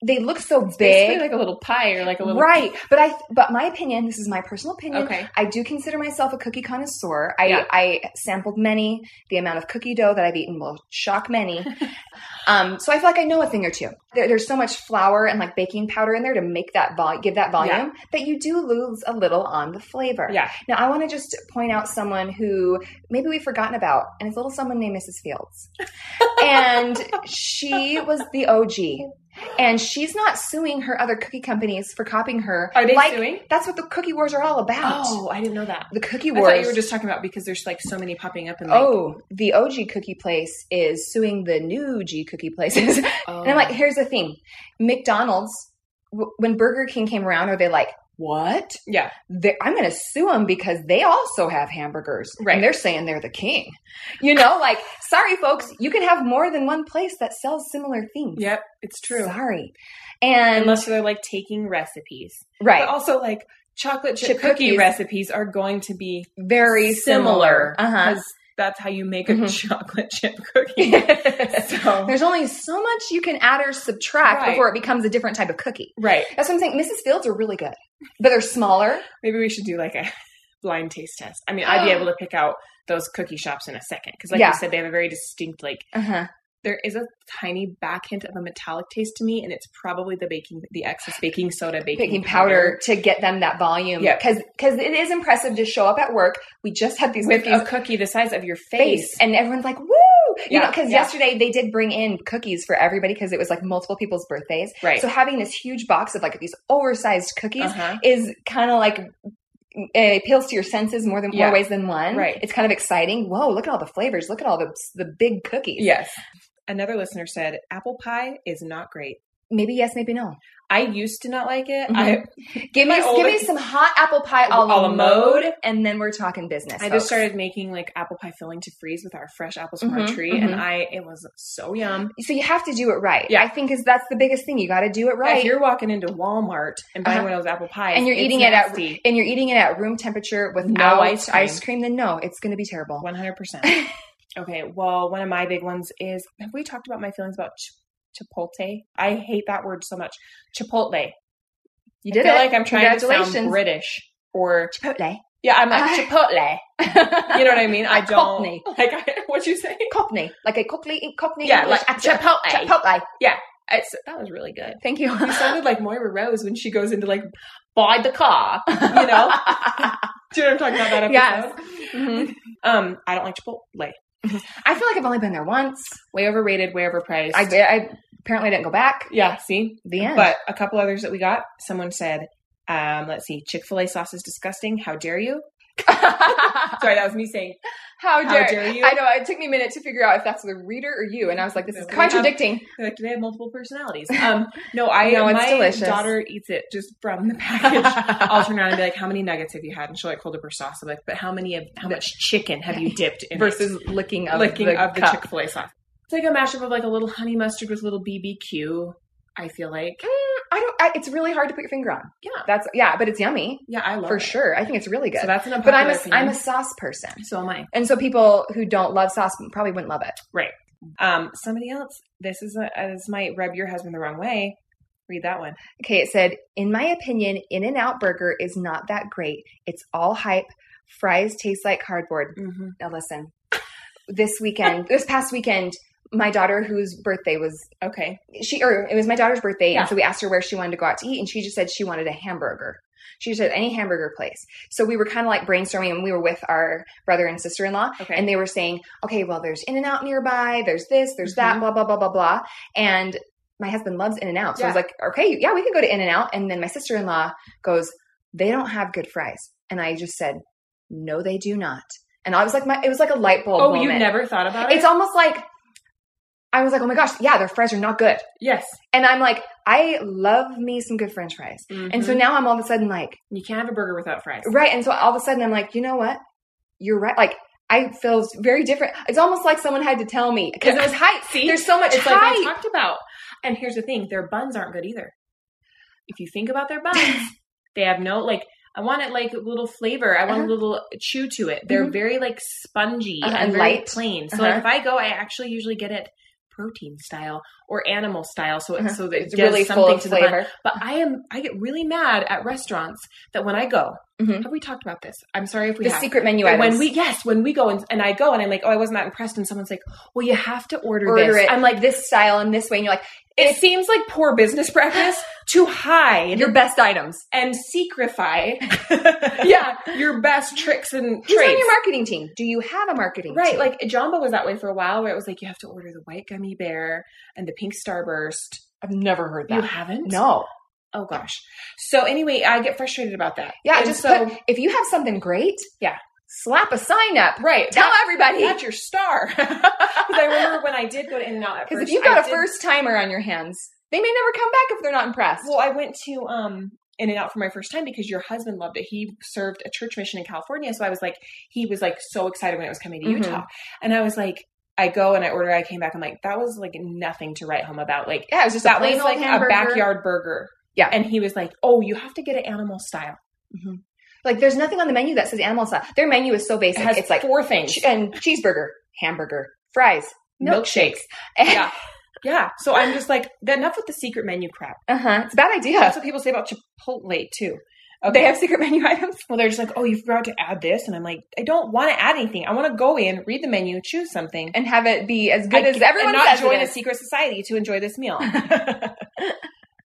Speaker 2: they look so
Speaker 1: Basically
Speaker 2: big,
Speaker 1: like a little pie or like a little,
Speaker 2: right? But I but my opinion. This is my personal opinion.
Speaker 1: Okay.
Speaker 2: I do consider myself a cookie connoisseur. I,
Speaker 1: Yeah.
Speaker 2: I sampled many. The amount of cookie dough that I've eaten will shock many. um, so I feel like I know a thing or two. There, there's so much flour and like baking powder in there to make that vol- give that volume that you do lose a little on the flavor.
Speaker 1: Yeah.
Speaker 2: Now I want to just point out someone who maybe we've forgotten about, and it's a little someone named Mrs. Fields, and she was the OG. And she's not suing her other cookie companies for copying her.
Speaker 1: Are they
Speaker 2: like,
Speaker 1: suing?
Speaker 2: That's what the cookie wars are all about
Speaker 1: Oh, I didn't know that.
Speaker 2: the cookie
Speaker 1: I
Speaker 2: wars.
Speaker 1: thought you were just talking about because there's like so many popping up and like,
Speaker 2: oh, the OG cookie place is suing the new G cookie places. and
Speaker 1: oh.
Speaker 2: I'm like, here's the thing: McDonald's, w- when Burger King came around, are they like? What?
Speaker 1: yeah,
Speaker 2: They- I'm going to sue them because they also have hamburgers.
Speaker 1: Right.
Speaker 2: And they're saying they're the king. You know, like, sorry, folks, you can have more than one place that sells similar things.
Speaker 1: yep, it's true.
Speaker 2: Sorry. And,
Speaker 1: Unless they're like taking recipes.
Speaker 2: right.
Speaker 1: But also, like chocolate chip,
Speaker 2: Chip
Speaker 1: cookie
Speaker 2: cookies.
Speaker 1: recipes are going to be
Speaker 2: Very similar.
Speaker 1: Uh-huh. That's how you make a
Speaker 2: Mhm.
Speaker 1: chocolate chip cookie.
Speaker 2: Uh-huh.
Speaker 1: so
Speaker 2: There's only so much you can add or subtract
Speaker 1: Right.
Speaker 2: before it becomes a different type of cookie.
Speaker 1: right,
Speaker 2: That's what I'm saying. Mrs. Fields are really good, but they're smaller.
Speaker 1: maybe we should do like a blind taste test. I mean, I'd be able to pick out those cookie shops in a second because, like
Speaker 2: Yeah.
Speaker 1: you said, they have a very distinct like.
Speaker 2: Uh-huh.
Speaker 1: There is a tiny back hint of a metallic taste to me, and it's probably the baking, the excess baking soda, baking,
Speaker 2: Baking powder to get them that volume.
Speaker 1: Yeah.
Speaker 2: Because it is impressive to show up at work. We just had these
Speaker 1: with
Speaker 2: cookies
Speaker 1: a cookie the size of your face.
Speaker 2: face, and everyone's like, woo! You
Speaker 1: Yeah,
Speaker 2: know, because
Speaker 1: yeah.
Speaker 2: yesterday they did bring in cookies for everybody because it was like multiple people's birthdays.
Speaker 1: Right.
Speaker 2: So having this huge box of like these oversized cookies
Speaker 1: uh-huh.
Speaker 2: is kind of like it appeals to your senses more than
Speaker 1: Yeah.
Speaker 2: more ways than one.
Speaker 1: Right.
Speaker 2: It's kind of exciting. Whoa! Look at all the flavors. Look at all the the big cookies.
Speaker 1: Yes. Another listener said, apple pie is not great.
Speaker 2: Maybe yes, maybe no.
Speaker 1: I used to not like it.
Speaker 2: Mhm.
Speaker 1: I
Speaker 2: Give
Speaker 1: My
Speaker 2: me
Speaker 1: old-
Speaker 2: give me some hot apple pie a
Speaker 1: A la
Speaker 2: la
Speaker 1: mode.
Speaker 2: mode, and then we're talking business.
Speaker 1: I
Speaker 2: folks.
Speaker 1: just started making like apple pie filling to freeze with our fresh apples from our
Speaker 2: Mhm,
Speaker 1: tree, and I it was so yum.
Speaker 2: So you have to do it right.
Speaker 1: um, Yeah.
Speaker 2: I think is that's the biggest thing. You got to do it
Speaker 1: If
Speaker 2: right,
Speaker 1: you're walking into Walmart and buying
Speaker 2: Uh-huh.
Speaker 1: one of those apple pies,
Speaker 2: and you're
Speaker 1: it's
Speaker 2: eating it
Speaker 1: nasty.
Speaker 2: at and you're eating it at room temperature with
Speaker 1: No ice cream.
Speaker 2: ice cream. Then no, it's going to be terrible.
Speaker 1: one hundred percent. Okay, well, one of my big ones is have we talked about my feelings about ch- chipotle? I hate that word so much. Chipotle. I
Speaker 2: You did
Speaker 1: feel
Speaker 2: it.
Speaker 1: like I'm trying to sound
Speaker 2: Congratulations.
Speaker 1: British or
Speaker 2: Chipotle.
Speaker 1: yeah, I'm like chipotle. You know what I mean? I
Speaker 2: Like
Speaker 1: don't
Speaker 2: Cockney.
Speaker 1: like I, what you say.
Speaker 2: Cockney, like a Cockney, Cockney.
Speaker 1: Yeah,
Speaker 2: English
Speaker 1: like
Speaker 2: accent.
Speaker 1: Chipotle.
Speaker 2: Chipotle.
Speaker 1: It's, that was really good.
Speaker 2: Thank you.
Speaker 1: You sounded like Moira Rose when she goes into like buy the car. You know, do you know what I'm talking about? That episode.
Speaker 2: Yes. Mhm.
Speaker 1: Um, I don't like Chipotle.
Speaker 2: I feel like I've only been there once.
Speaker 1: Way overrated, way overpriced.
Speaker 2: I, I apparently didn't go back.
Speaker 1: yeah, see.
Speaker 2: The end.
Speaker 1: But a couple others that we got. Someone said, um, "Let's see, Chick Fil A sauce is disgusting. How dare you?"
Speaker 2: how
Speaker 1: Sorry, that was me saying, "How
Speaker 2: dare,
Speaker 1: dare you?"
Speaker 2: I know it took me a minute to figure out if that's the reader or you, and I was like, "This is
Speaker 1: We have-
Speaker 2: contradicting."
Speaker 1: Like, do they have multiple personalities? Um, no, I
Speaker 2: No, it's
Speaker 1: my
Speaker 2: delicious.
Speaker 1: daughter eats it just from the package. I'll turn around and be like, "How many nuggets have you had?" And she'll like hold up her sauce. I'm like, "But how many of how much chicken have you dipped in?" it?"
Speaker 2: Versus licking of
Speaker 1: licking
Speaker 2: the
Speaker 1: of the
Speaker 2: cup.
Speaker 1: Chick Fil A sauce. It's like a mashup of like a little honey mustard with a little BBQ. I feel like,
Speaker 2: Mm, I don't. I, it's really hard to put your finger on.
Speaker 1: Yeah.
Speaker 2: that's yeah, but it's yummy
Speaker 1: yeah, I love
Speaker 2: for
Speaker 1: it.
Speaker 2: sure. I think it's really good.
Speaker 1: So that's an
Speaker 2: but
Speaker 1: unpopular
Speaker 2: I'm a am a
Speaker 1: opinion.
Speaker 2: sauce person,
Speaker 1: so am I.
Speaker 2: and so people who don't love sauce probably wouldn't love it.
Speaker 1: Um, somebody else. This is a, uh, this might rub your husband the wrong way. Read that one.
Speaker 2: Okay, it said, in my opinion, In and Out Burger is not that great. It's all hype. Fries taste like cardboard.
Speaker 1: Mm-hmm.
Speaker 2: Now listen, this weekend, this past weekend, my daughter, whose birthday was
Speaker 1: Okay.
Speaker 2: she or it was my daughter's birthday
Speaker 1: Yeah.
Speaker 2: and so we asked her where she wanted to go out to eat and she just said she wanted a hamburger she said any hamburger place so we were kind of like brainstorming and we were with our brother and sister-in-law
Speaker 1: Okay.
Speaker 2: and they were saying okay well there's in and out nearby there's this there's that
Speaker 1: Mhm.
Speaker 2: blah blah blah blah blah and my husband loves in and out so i was
Speaker 1: Yeah.
Speaker 2: like okay yeah we can go to in and out and then my sister-in-law goes they don't have good fries and i just said no they do not and i was like my it was like a light bulb
Speaker 1: oh,
Speaker 2: moment
Speaker 1: you never thought about it?
Speaker 2: it's almost like I was like, oh my gosh, yeah, their fries are not good.
Speaker 1: Yes.
Speaker 2: And I'm like, I love me some good french fries. And so
Speaker 1: Mhm.
Speaker 2: now I'm all of a sudden like,
Speaker 1: you can't have a burger without fries.
Speaker 2: Mm-hmm. right. And so all of a sudden I'm like, you know what? You're right. Like, I feel very different. It's almost like someone had to tell me because
Speaker 1: Yeah.
Speaker 2: it was height.
Speaker 1: See?
Speaker 2: There's so much
Speaker 1: It's like
Speaker 2: height.
Speaker 1: I talked about. And here's the thing: their buns aren't good either. If you think about their buns, they have no like. I want it like a little flavor. I want
Speaker 2: Uh-huh.
Speaker 1: a little chew to it. They're
Speaker 2: Mhm.
Speaker 1: very like spongy
Speaker 2: Uh-huh,
Speaker 1: and
Speaker 2: and
Speaker 1: very
Speaker 2: light.
Speaker 1: plain. So
Speaker 2: Uh-huh.
Speaker 1: like if I go, I actually usually get it protein style or animal style. So it
Speaker 2: Uh-huh.
Speaker 1: so that it
Speaker 2: it's
Speaker 1: does
Speaker 2: really
Speaker 1: something
Speaker 2: full of
Speaker 1: to the bun.
Speaker 2: flavor.
Speaker 1: But I am I get really mad at restaurants that when I go,
Speaker 2: Mhm.
Speaker 1: have we talked about this? I'm sorry if we
Speaker 2: The
Speaker 1: have.
Speaker 2: secret menu
Speaker 1: But
Speaker 2: items.
Speaker 1: when we yes, when we go and, and I go and I'm like, oh, I wasn't that impressed, and someone's like, well, you have to order,
Speaker 2: order
Speaker 1: this.
Speaker 2: it,
Speaker 1: I'm like,
Speaker 2: this style and this way, and you're like,
Speaker 1: it seems like poor business practice to hide
Speaker 2: your best items.
Speaker 1: and secretify, yeah, your best tricks and
Speaker 2: Who's on
Speaker 1: traits.
Speaker 2: your marketing team? Do you have a marketing
Speaker 1: Right,
Speaker 2: team?
Speaker 1: like Jamba was that way for a while, where it was like you have to order the white gummy bear and the pink starburst.
Speaker 2: I've never heard
Speaker 1: You haven't?
Speaker 2: No.
Speaker 1: Oh gosh. So anyway, I get frustrated about that.
Speaker 2: Yeah,
Speaker 1: And
Speaker 2: just
Speaker 1: so
Speaker 2: put, if you have something great,
Speaker 1: Yeah.
Speaker 2: slap a sign up.
Speaker 1: right.
Speaker 2: Tell
Speaker 1: that-
Speaker 2: everybody.
Speaker 1: that's your star. Because I remember when I did go to In and Out at
Speaker 2: Because
Speaker 1: first,
Speaker 2: if you've
Speaker 1: I
Speaker 2: got a
Speaker 1: did-
Speaker 2: first timer on your hands, they may never come back if they're not impressed.
Speaker 1: Well, I went to um In and Out for my first time because your husband loved it. He served a church mission in California, so I was like, he was like so excited when it was coming to
Speaker 2: Mhm.
Speaker 1: Utah, and I was like, I go and I order. I came back. I'm like, that was like nothing to write home about. Like
Speaker 2: yeah, it was just a
Speaker 1: that
Speaker 2: plain
Speaker 1: was
Speaker 2: old
Speaker 1: like a
Speaker 2: hamburger.
Speaker 1: backyard burger.
Speaker 2: Yeah.
Speaker 1: and he was like, oh, you have to get it animal style.
Speaker 2: Like, there's nothing on the menu that says animal style. Their menu is so
Speaker 1: Mm-hmm. It
Speaker 2: basic.
Speaker 1: has
Speaker 2: it's like
Speaker 1: four things:
Speaker 2: che- and cheeseburger, hamburger, fries,
Speaker 1: milkshakes. Yeah. Yeah, so I'm just like, enough with the secret menu crap.
Speaker 2: uh huh. It's a bad idea.
Speaker 1: That's what people say about Chipotle too.
Speaker 2: They have secret menu items.
Speaker 1: Well, they're just like, oh, you forgot to add this. And I'm like, I don't want to add anything. I want to go in, read the menu, choose something.
Speaker 2: and have it be as good
Speaker 1: I-
Speaker 2: as everyone
Speaker 1: and not
Speaker 2: says
Speaker 1: join a
Speaker 2: it is.
Speaker 1: secret society to enjoy this meal.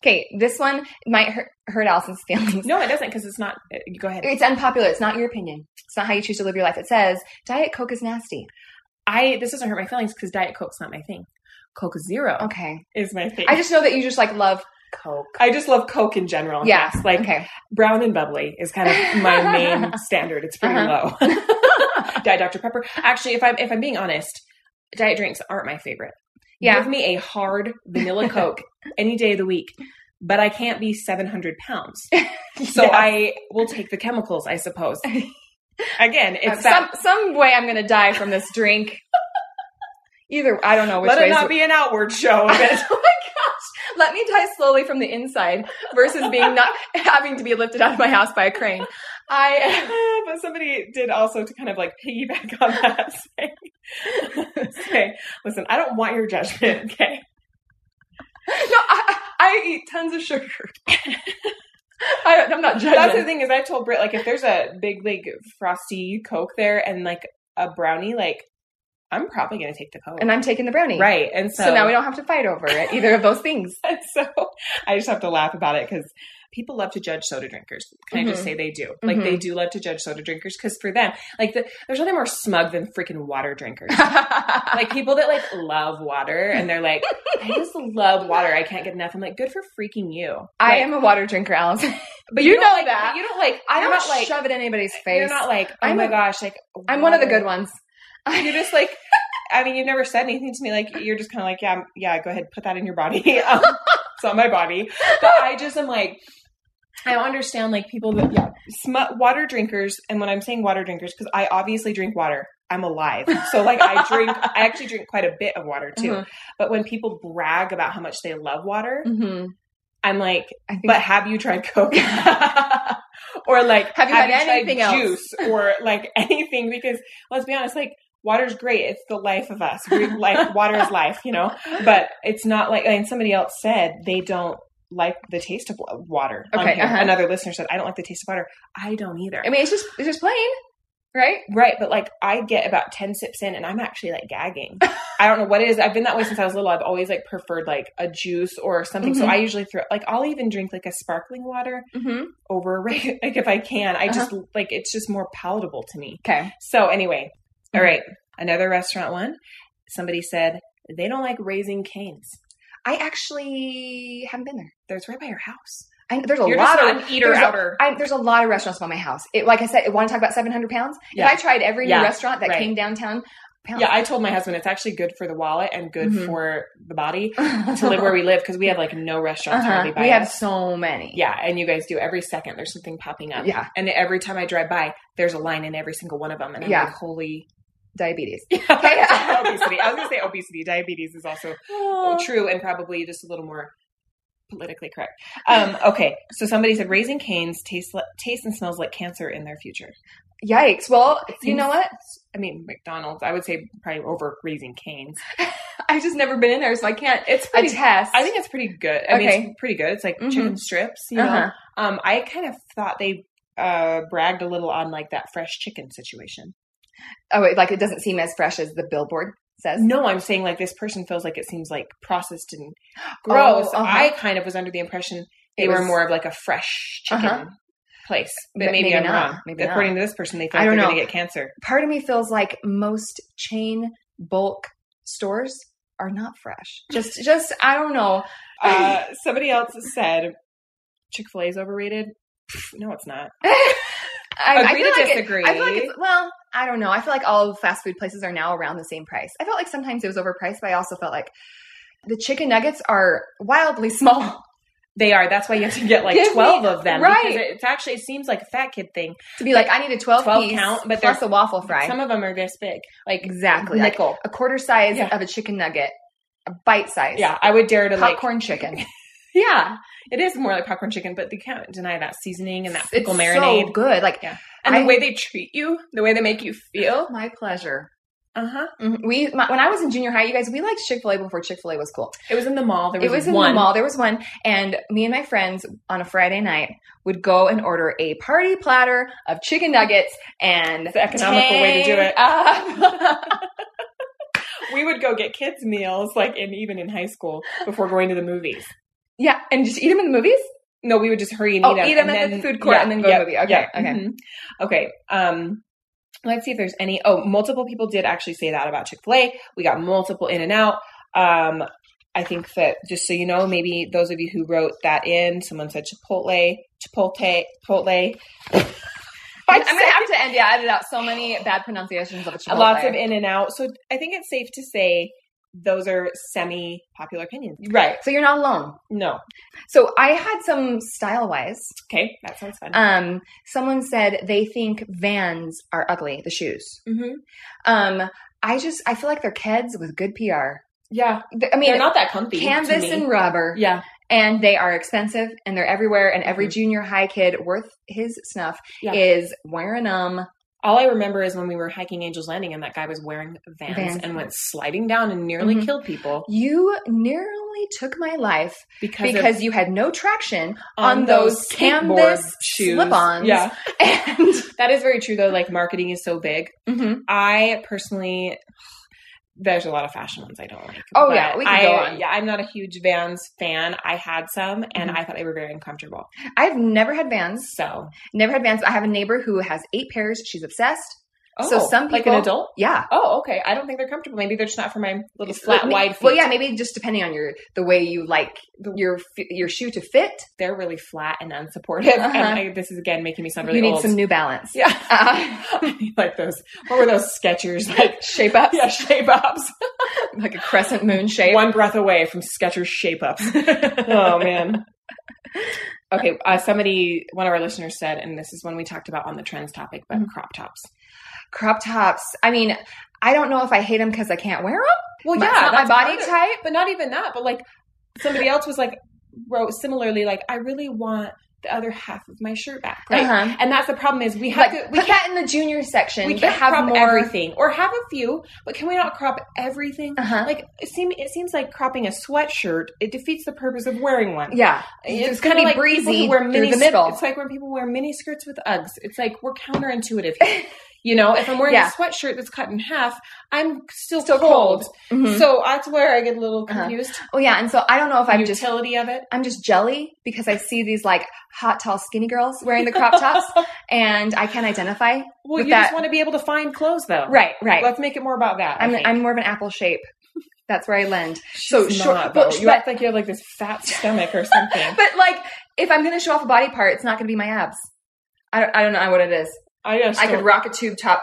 Speaker 2: Okay, this one might hurt, hurt Allison's feelings.
Speaker 1: no, it doesn't because it's not. uh, Go ahead.
Speaker 2: It's unpopular. It's not your opinion. It's not how you choose to live your life. It says Diet Coke is nasty.
Speaker 1: I this doesn't hurt my feelings because Diet Coke's not my thing. Coke Zero
Speaker 2: Okay,
Speaker 1: is my thing.
Speaker 2: I just know that you just like love Coke.
Speaker 1: I just love Coke in general.
Speaker 2: Yeah,
Speaker 1: Yes, like
Speaker 2: okay.
Speaker 1: brown and bubbly is kind of my main standard. It's pretty
Speaker 2: Uh-huh.
Speaker 1: low. Diet Dr Pepper. Actually, if I'm if I'm being honest, diet drinks aren't my favorite.
Speaker 2: Yeah.
Speaker 1: Give me a hard vanilla Coke any day of the week, but I can't be 700 pounds. So
Speaker 2: Yes.
Speaker 1: I will take the chemicals, I suppose. Again, it's
Speaker 2: Uh,
Speaker 1: that.
Speaker 2: some some way I'm gonna die from this drink. Either I don't know which
Speaker 1: Let
Speaker 2: way.
Speaker 1: it not be an outward show of it.
Speaker 2: oh my gosh! Let me die slowly from the inside versus being not having to be lifted out of my house by a crane. I
Speaker 1: Uh, but somebody did also to kind of like piggyback on that say, say listen i don't want your judgment okay
Speaker 2: No, I, I eat tons of sugar. I, don't- I'm not judging.
Speaker 1: That's the thing is, I told Britt like if there's a big like frosty Coke there and like a brownie, like I'm probably gonna take the Coke,
Speaker 2: and I'm taking the brownie.
Speaker 1: right? And so,
Speaker 2: So, now we don't have to fight over it, either of those things.
Speaker 1: And so I just have to laugh about it because people love to judge soda drinkers. Can I just
Speaker 2: Mhm.
Speaker 1: say they do? Like they do love to judge soda drinkers because for them, like the, there's nothing more smug than freaking water drinkers.
Speaker 2: like,
Speaker 1: like people that like love water and they're like, I just love water. I can't get enough. I'm like, good for freaking you.
Speaker 2: I
Speaker 1: Like,
Speaker 2: am a water drinker, Allison.
Speaker 1: but
Speaker 2: you
Speaker 1: don't
Speaker 2: know
Speaker 1: like,
Speaker 2: that.
Speaker 1: but you don't like.
Speaker 2: I
Speaker 1: you're
Speaker 2: don't
Speaker 1: not like.
Speaker 2: shove it in anybody's face.
Speaker 1: You're not like, oh
Speaker 2: I'm
Speaker 1: my
Speaker 2: a-
Speaker 1: gosh, like
Speaker 2: I'm one of the
Speaker 1: water.
Speaker 2: good ones.
Speaker 1: you're just like i mean you've never said anything to me like you're just kind of like yeah I'm- yeah go ahead put that in your body um, it's on my body but i just am like i don't understand like people that yeah smut water drinkers and when i'm saying water drinkers because i obviously drink water i'm alive so like i drink i actually drink quite a bit of water too
Speaker 2: Mhm.
Speaker 1: but when people brag about how much they love water
Speaker 2: Mm-hmm.
Speaker 1: i'm like
Speaker 2: I think.
Speaker 1: but have you tried coke or like
Speaker 2: Have you had
Speaker 1: tried
Speaker 2: anything else?
Speaker 1: juice or like anything because let's be honest like water's great it's the life of us we like water is life you know but it's not like and somebody else said they don't like the taste of wa- water on
Speaker 2: Okay,
Speaker 1: here.
Speaker 2: uh-huh.
Speaker 1: another listener said i don't like the taste of water i don't either
Speaker 2: I mean, it's just it's just plain, right?
Speaker 1: Right, but like I get about 10 sips in and I'm actually like gagging. I don't know what it is. I've been that way since I was little. I've always like preferred like a juice or something. So
Speaker 2: Mhm.
Speaker 1: I usually throw like I'll even drink like a sparkling water
Speaker 2: Mm-hmm.
Speaker 1: over a reg- like if I can. I just
Speaker 2: Uh-huh.
Speaker 1: like it's just more palatable to me.
Speaker 2: Okay.
Speaker 1: So anyway, all
Speaker 2: Mhm.
Speaker 1: right, another restaurant one. Somebody said they don't like raising canes.
Speaker 2: I actually haven't been there.
Speaker 1: There's right by your house.
Speaker 2: I, there's a
Speaker 1: You're
Speaker 2: lot
Speaker 1: just
Speaker 2: of
Speaker 1: not an eater
Speaker 2: there's a-
Speaker 1: outer.
Speaker 2: I, there's a lot of restaurants by my house. It, like I said, I want to talk about 700 pounds.
Speaker 1: Yeah.
Speaker 2: If I tried every
Speaker 1: Yeah.
Speaker 2: new restaurant that
Speaker 1: Right.
Speaker 2: came downtown, pounds.
Speaker 1: Yeah, I told my husband it's actually good for the wallet and good
Speaker 2: Mhm.
Speaker 1: for the body to live where we live because we have like no restaurants
Speaker 2: Uh-huh.
Speaker 1: hardly by
Speaker 2: We have
Speaker 1: us.
Speaker 2: so many.
Speaker 1: Yeah, and you guys do every second. There's something popping up.
Speaker 2: Yeah.
Speaker 1: and every time I drive by, there's a line in every single one of them, and I'm
Speaker 2: Yeah.
Speaker 1: like, holy.
Speaker 2: Diabetes.
Speaker 1: obesity. I was gonna say obesity. Diabetes is also
Speaker 2: Oh.
Speaker 1: true and probably just a little more politically correct. Um, okay, so somebody said raising canes tastes li- tastes and smells like cancer in their future.
Speaker 2: Yikes. Well, you know what?
Speaker 1: I mean, McDonald's. I would say probably over raising canes.
Speaker 2: I've just never been in there, so I can't
Speaker 1: It's pretty.
Speaker 2: attest.
Speaker 1: I think it's pretty good. I mean,
Speaker 2: Okay.
Speaker 1: it's pretty good. It's like
Speaker 2: Mhm.
Speaker 1: chicken strips. You know.
Speaker 2: Uh-huh.
Speaker 1: Um, I kind of thought they uh bragged a little on like that fresh chicken situation.
Speaker 2: Oh, wait, like it doesn't seem as fresh as the billboard says.
Speaker 1: No, I'm saying like this person feels like it seems like processed and gross.
Speaker 2: Oh, uh-huh.
Speaker 1: I kind of was under the impression they
Speaker 2: It
Speaker 1: were
Speaker 2: was-
Speaker 1: more of like a fresh chicken
Speaker 2: Uh-huh.
Speaker 1: place. But
Speaker 2: But
Speaker 1: maybe,
Speaker 2: maybe
Speaker 1: I'm
Speaker 2: not.
Speaker 1: wrong.
Speaker 2: Maybe
Speaker 1: According to this person, they think
Speaker 2: I
Speaker 1: they're
Speaker 2: don't
Speaker 1: going to
Speaker 2: know.
Speaker 1: get cancer.
Speaker 2: Part of me feels like most chain bulk stores are not fresh. Just, just I don't know.
Speaker 1: Uh, somebody else has said Chick Fil A is overrated. Pff, No, it's not.
Speaker 2: I, I
Speaker 1: Agree
Speaker 2: feel
Speaker 1: to
Speaker 2: like it-
Speaker 1: disagree.
Speaker 2: I feel like it's, well, I don't know. I feel like all fast food places are now around the same price. I felt like sometimes it was overpriced, but I also felt like the chicken nuggets are wildly small.
Speaker 1: They are. That's why you have to get like
Speaker 2: Give me-
Speaker 1: twelve of them.
Speaker 2: right.
Speaker 1: Because it- it's actually it seems like a fat kid thing.
Speaker 2: To be like, I need a twelve,
Speaker 1: 12
Speaker 2: piece
Speaker 1: count, but
Speaker 2: plus
Speaker 1: they're-
Speaker 2: a waffle fry.
Speaker 1: Some of them are this big, like
Speaker 2: exactly, like
Speaker 1: nickel.
Speaker 2: a quarter size
Speaker 1: Yeah.
Speaker 2: of a chicken nugget, a bite size.
Speaker 1: yeah, I would dare to
Speaker 2: popcorn chicken.
Speaker 1: like. Yeah, it is more like popcorn chicken, but you can't deny that seasoning and that pickle
Speaker 2: it's
Speaker 1: marinade
Speaker 2: so good. Like
Speaker 1: and
Speaker 2: I-
Speaker 1: the way they treat you, the way they make you feel.
Speaker 2: my pleasure.
Speaker 1: Uh huh.
Speaker 2: Mhm. We my, when I was in junior high, you guys, we liked Chick Fil A before Chick Fil A was cool.
Speaker 1: It was in the mall. There was,
Speaker 2: it was in
Speaker 1: one.
Speaker 2: the mall. There was one, and me and my friends on a Friday night would go and order a party platter of chicken nuggets and
Speaker 1: It's the economical way to do it.
Speaker 2: up.
Speaker 1: We would go get kids meals, like in even in high school, before going to the movies.
Speaker 2: yeah, and just eat them in the movies.
Speaker 1: No, we would just hurry and
Speaker 2: Oh,
Speaker 1: eat them.
Speaker 2: eat 'em
Speaker 1: and
Speaker 2: at the food court and then go to the movie. Okay, okay.
Speaker 1: mhm. Okay. Um, let's see if there's any. Oh, multiple people did actually say that about Chick fil A. We got multiple in and out. Um, I think that just so you know, maybe those of you who wrote that in, someone said Chipotle, Chipotle, Chipotle.
Speaker 2: I'm gonna have to end. Yeah, I did out so many bad pronunciations of a Chipotle.
Speaker 1: lots of in and out. So I think it's safe to say those are semi popular opinions. Right.
Speaker 2: so you're not alone.
Speaker 1: No.
Speaker 2: So I had some style wise.
Speaker 1: Okay. That sounds fun.
Speaker 2: Um, someone said they think Vans are ugly. The shoes.
Speaker 1: mm-hmm.
Speaker 2: Um, I just I feel like they're kids with good PR.
Speaker 1: Yeah.
Speaker 2: Th-
Speaker 1: they're
Speaker 2: I mean,
Speaker 1: not that comfy. to
Speaker 2: canvas
Speaker 1: me.
Speaker 2: and rubber.
Speaker 1: yeah.
Speaker 2: and they are expensive and they're everywhere and every
Speaker 1: Mhm.
Speaker 2: junior high kid worth his snuff
Speaker 1: Yeah.
Speaker 2: is wearing them
Speaker 1: All I remember is when we were hiking Angel's Landing and that guy was wearing vans, Mm-hmm.
Speaker 2: Vans.
Speaker 1: and went sliding down and nearly
Speaker 2: Mhm.
Speaker 1: killed people
Speaker 2: you nearly took my life
Speaker 1: because,
Speaker 2: because you had no traction on those canvas
Speaker 1: skateboard shoes.
Speaker 2: slip-ons.
Speaker 1: Yeah.
Speaker 2: and
Speaker 1: That is very true though. Like marketing is so big.
Speaker 2: Mhm.
Speaker 1: I personally, there's a lot of fashion ones I don't like.
Speaker 2: Oh,
Speaker 1: but
Speaker 2: yeah, we can go
Speaker 1: I-
Speaker 2: on. Mm-hmm.
Speaker 1: Yeah, I'm not a huge Vans fan. I had some, and I thought they were very uncomfortable.
Speaker 2: I've never had Vans
Speaker 1: So,
Speaker 2: never had Vans I have a neighbor who has eight pairs she's obsessed So
Speaker 1: Oh,
Speaker 2: some
Speaker 1: like an
Speaker 2: people-
Speaker 1: adult.
Speaker 2: yeah
Speaker 1: Oh, okay. I don't think they're comfortable. Maybe they're just not for my little flat,
Speaker 2: Like,
Speaker 1: wide feet.
Speaker 2: well yeah maybe just depending on your the way you like your f- your shoe to fit
Speaker 1: they're really flat and unsupportive.
Speaker 2: Uh-huh.
Speaker 1: And I, this is again making me sound really
Speaker 2: you need
Speaker 1: old.
Speaker 2: some new balance
Speaker 1: yeah.
Speaker 2: Uh-huh.
Speaker 1: like those. What were those Skechers? Like
Speaker 2: shape up
Speaker 1: yeah, shape ups.
Speaker 2: like a crescent moon shape
Speaker 1: One breath away from Skechers shape ups. oh man. Okay, uh, somebody, one of our listeners said, and this is one we talked about on the trends topic, but
Speaker 2: Mhm.
Speaker 1: crop tops.
Speaker 2: crop tops. I mean, I don't know if I hate them because I can't wear them.
Speaker 1: Well,
Speaker 2: yeah, that's
Speaker 1: my
Speaker 2: part
Speaker 1: body
Speaker 2: of it.
Speaker 1: type, but not even that. But like somebody else was like wrote similarly, like I really want the other half of my shirt back, right?
Speaker 2: Uh-huh.
Speaker 1: And that's the problem is we have
Speaker 2: Like,
Speaker 1: to
Speaker 2: we
Speaker 1: we
Speaker 2: put
Speaker 1: can't
Speaker 2: that in the junior section.
Speaker 1: we
Speaker 2: but
Speaker 1: can't
Speaker 2: have
Speaker 1: crop
Speaker 2: more.
Speaker 1: everything or have a few, but can we not crop everything?
Speaker 2: Uh-huh.
Speaker 1: Like it seem it seems like cropping a sweatshirt it defeats the purpose of wearing one.
Speaker 2: yeah,
Speaker 1: It's,
Speaker 2: gonna
Speaker 1: kind of like people who wear
Speaker 2: through
Speaker 1: mini
Speaker 2: the
Speaker 1: skirt-
Speaker 2: middle.
Speaker 1: It's like when people wear mini skirts with Uggs. It's like we're counterintuitive. here. you know, if I'm wearing
Speaker 2: Yeah.
Speaker 1: a sweatshirt that's cut in half, I'm still,
Speaker 2: Still
Speaker 1: cold.
Speaker 2: cold. Mhm.
Speaker 1: So that's where I get a little
Speaker 2: Uh-huh.
Speaker 1: confused.
Speaker 2: oh yeah, and so I don't know if I'm just
Speaker 1: Utility of it.
Speaker 2: I'm just jelly because I see these like hot, tall, skinny girls wearing the crop tops, and I can't identify.
Speaker 1: Well,
Speaker 2: With
Speaker 1: you
Speaker 2: that-
Speaker 1: just want to be able to find clothes, though.
Speaker 2: Right, right.
Speaker 1: Let's make it more about that. I
Speaker 2: I'm
Speaker 1: think.
Speaker 2: I'm more of an apple shape. That's where I lend.
Speaker 1: so
Speaker 2: so
Speaker 1: short.
Speaker 2: short-
Speaker 1: though.
Speaker 2: but-
Speaker 1: you act like you have like this fat stomach or something.
Speaker 2: But like, if I'm gonna show off a body part, it's not gonna be my abs. I don't, I don't know what it is.
Speaker 1: I just
Speaker 2: I could
Speaker 1: don't-
Speaker 2: rock a tube top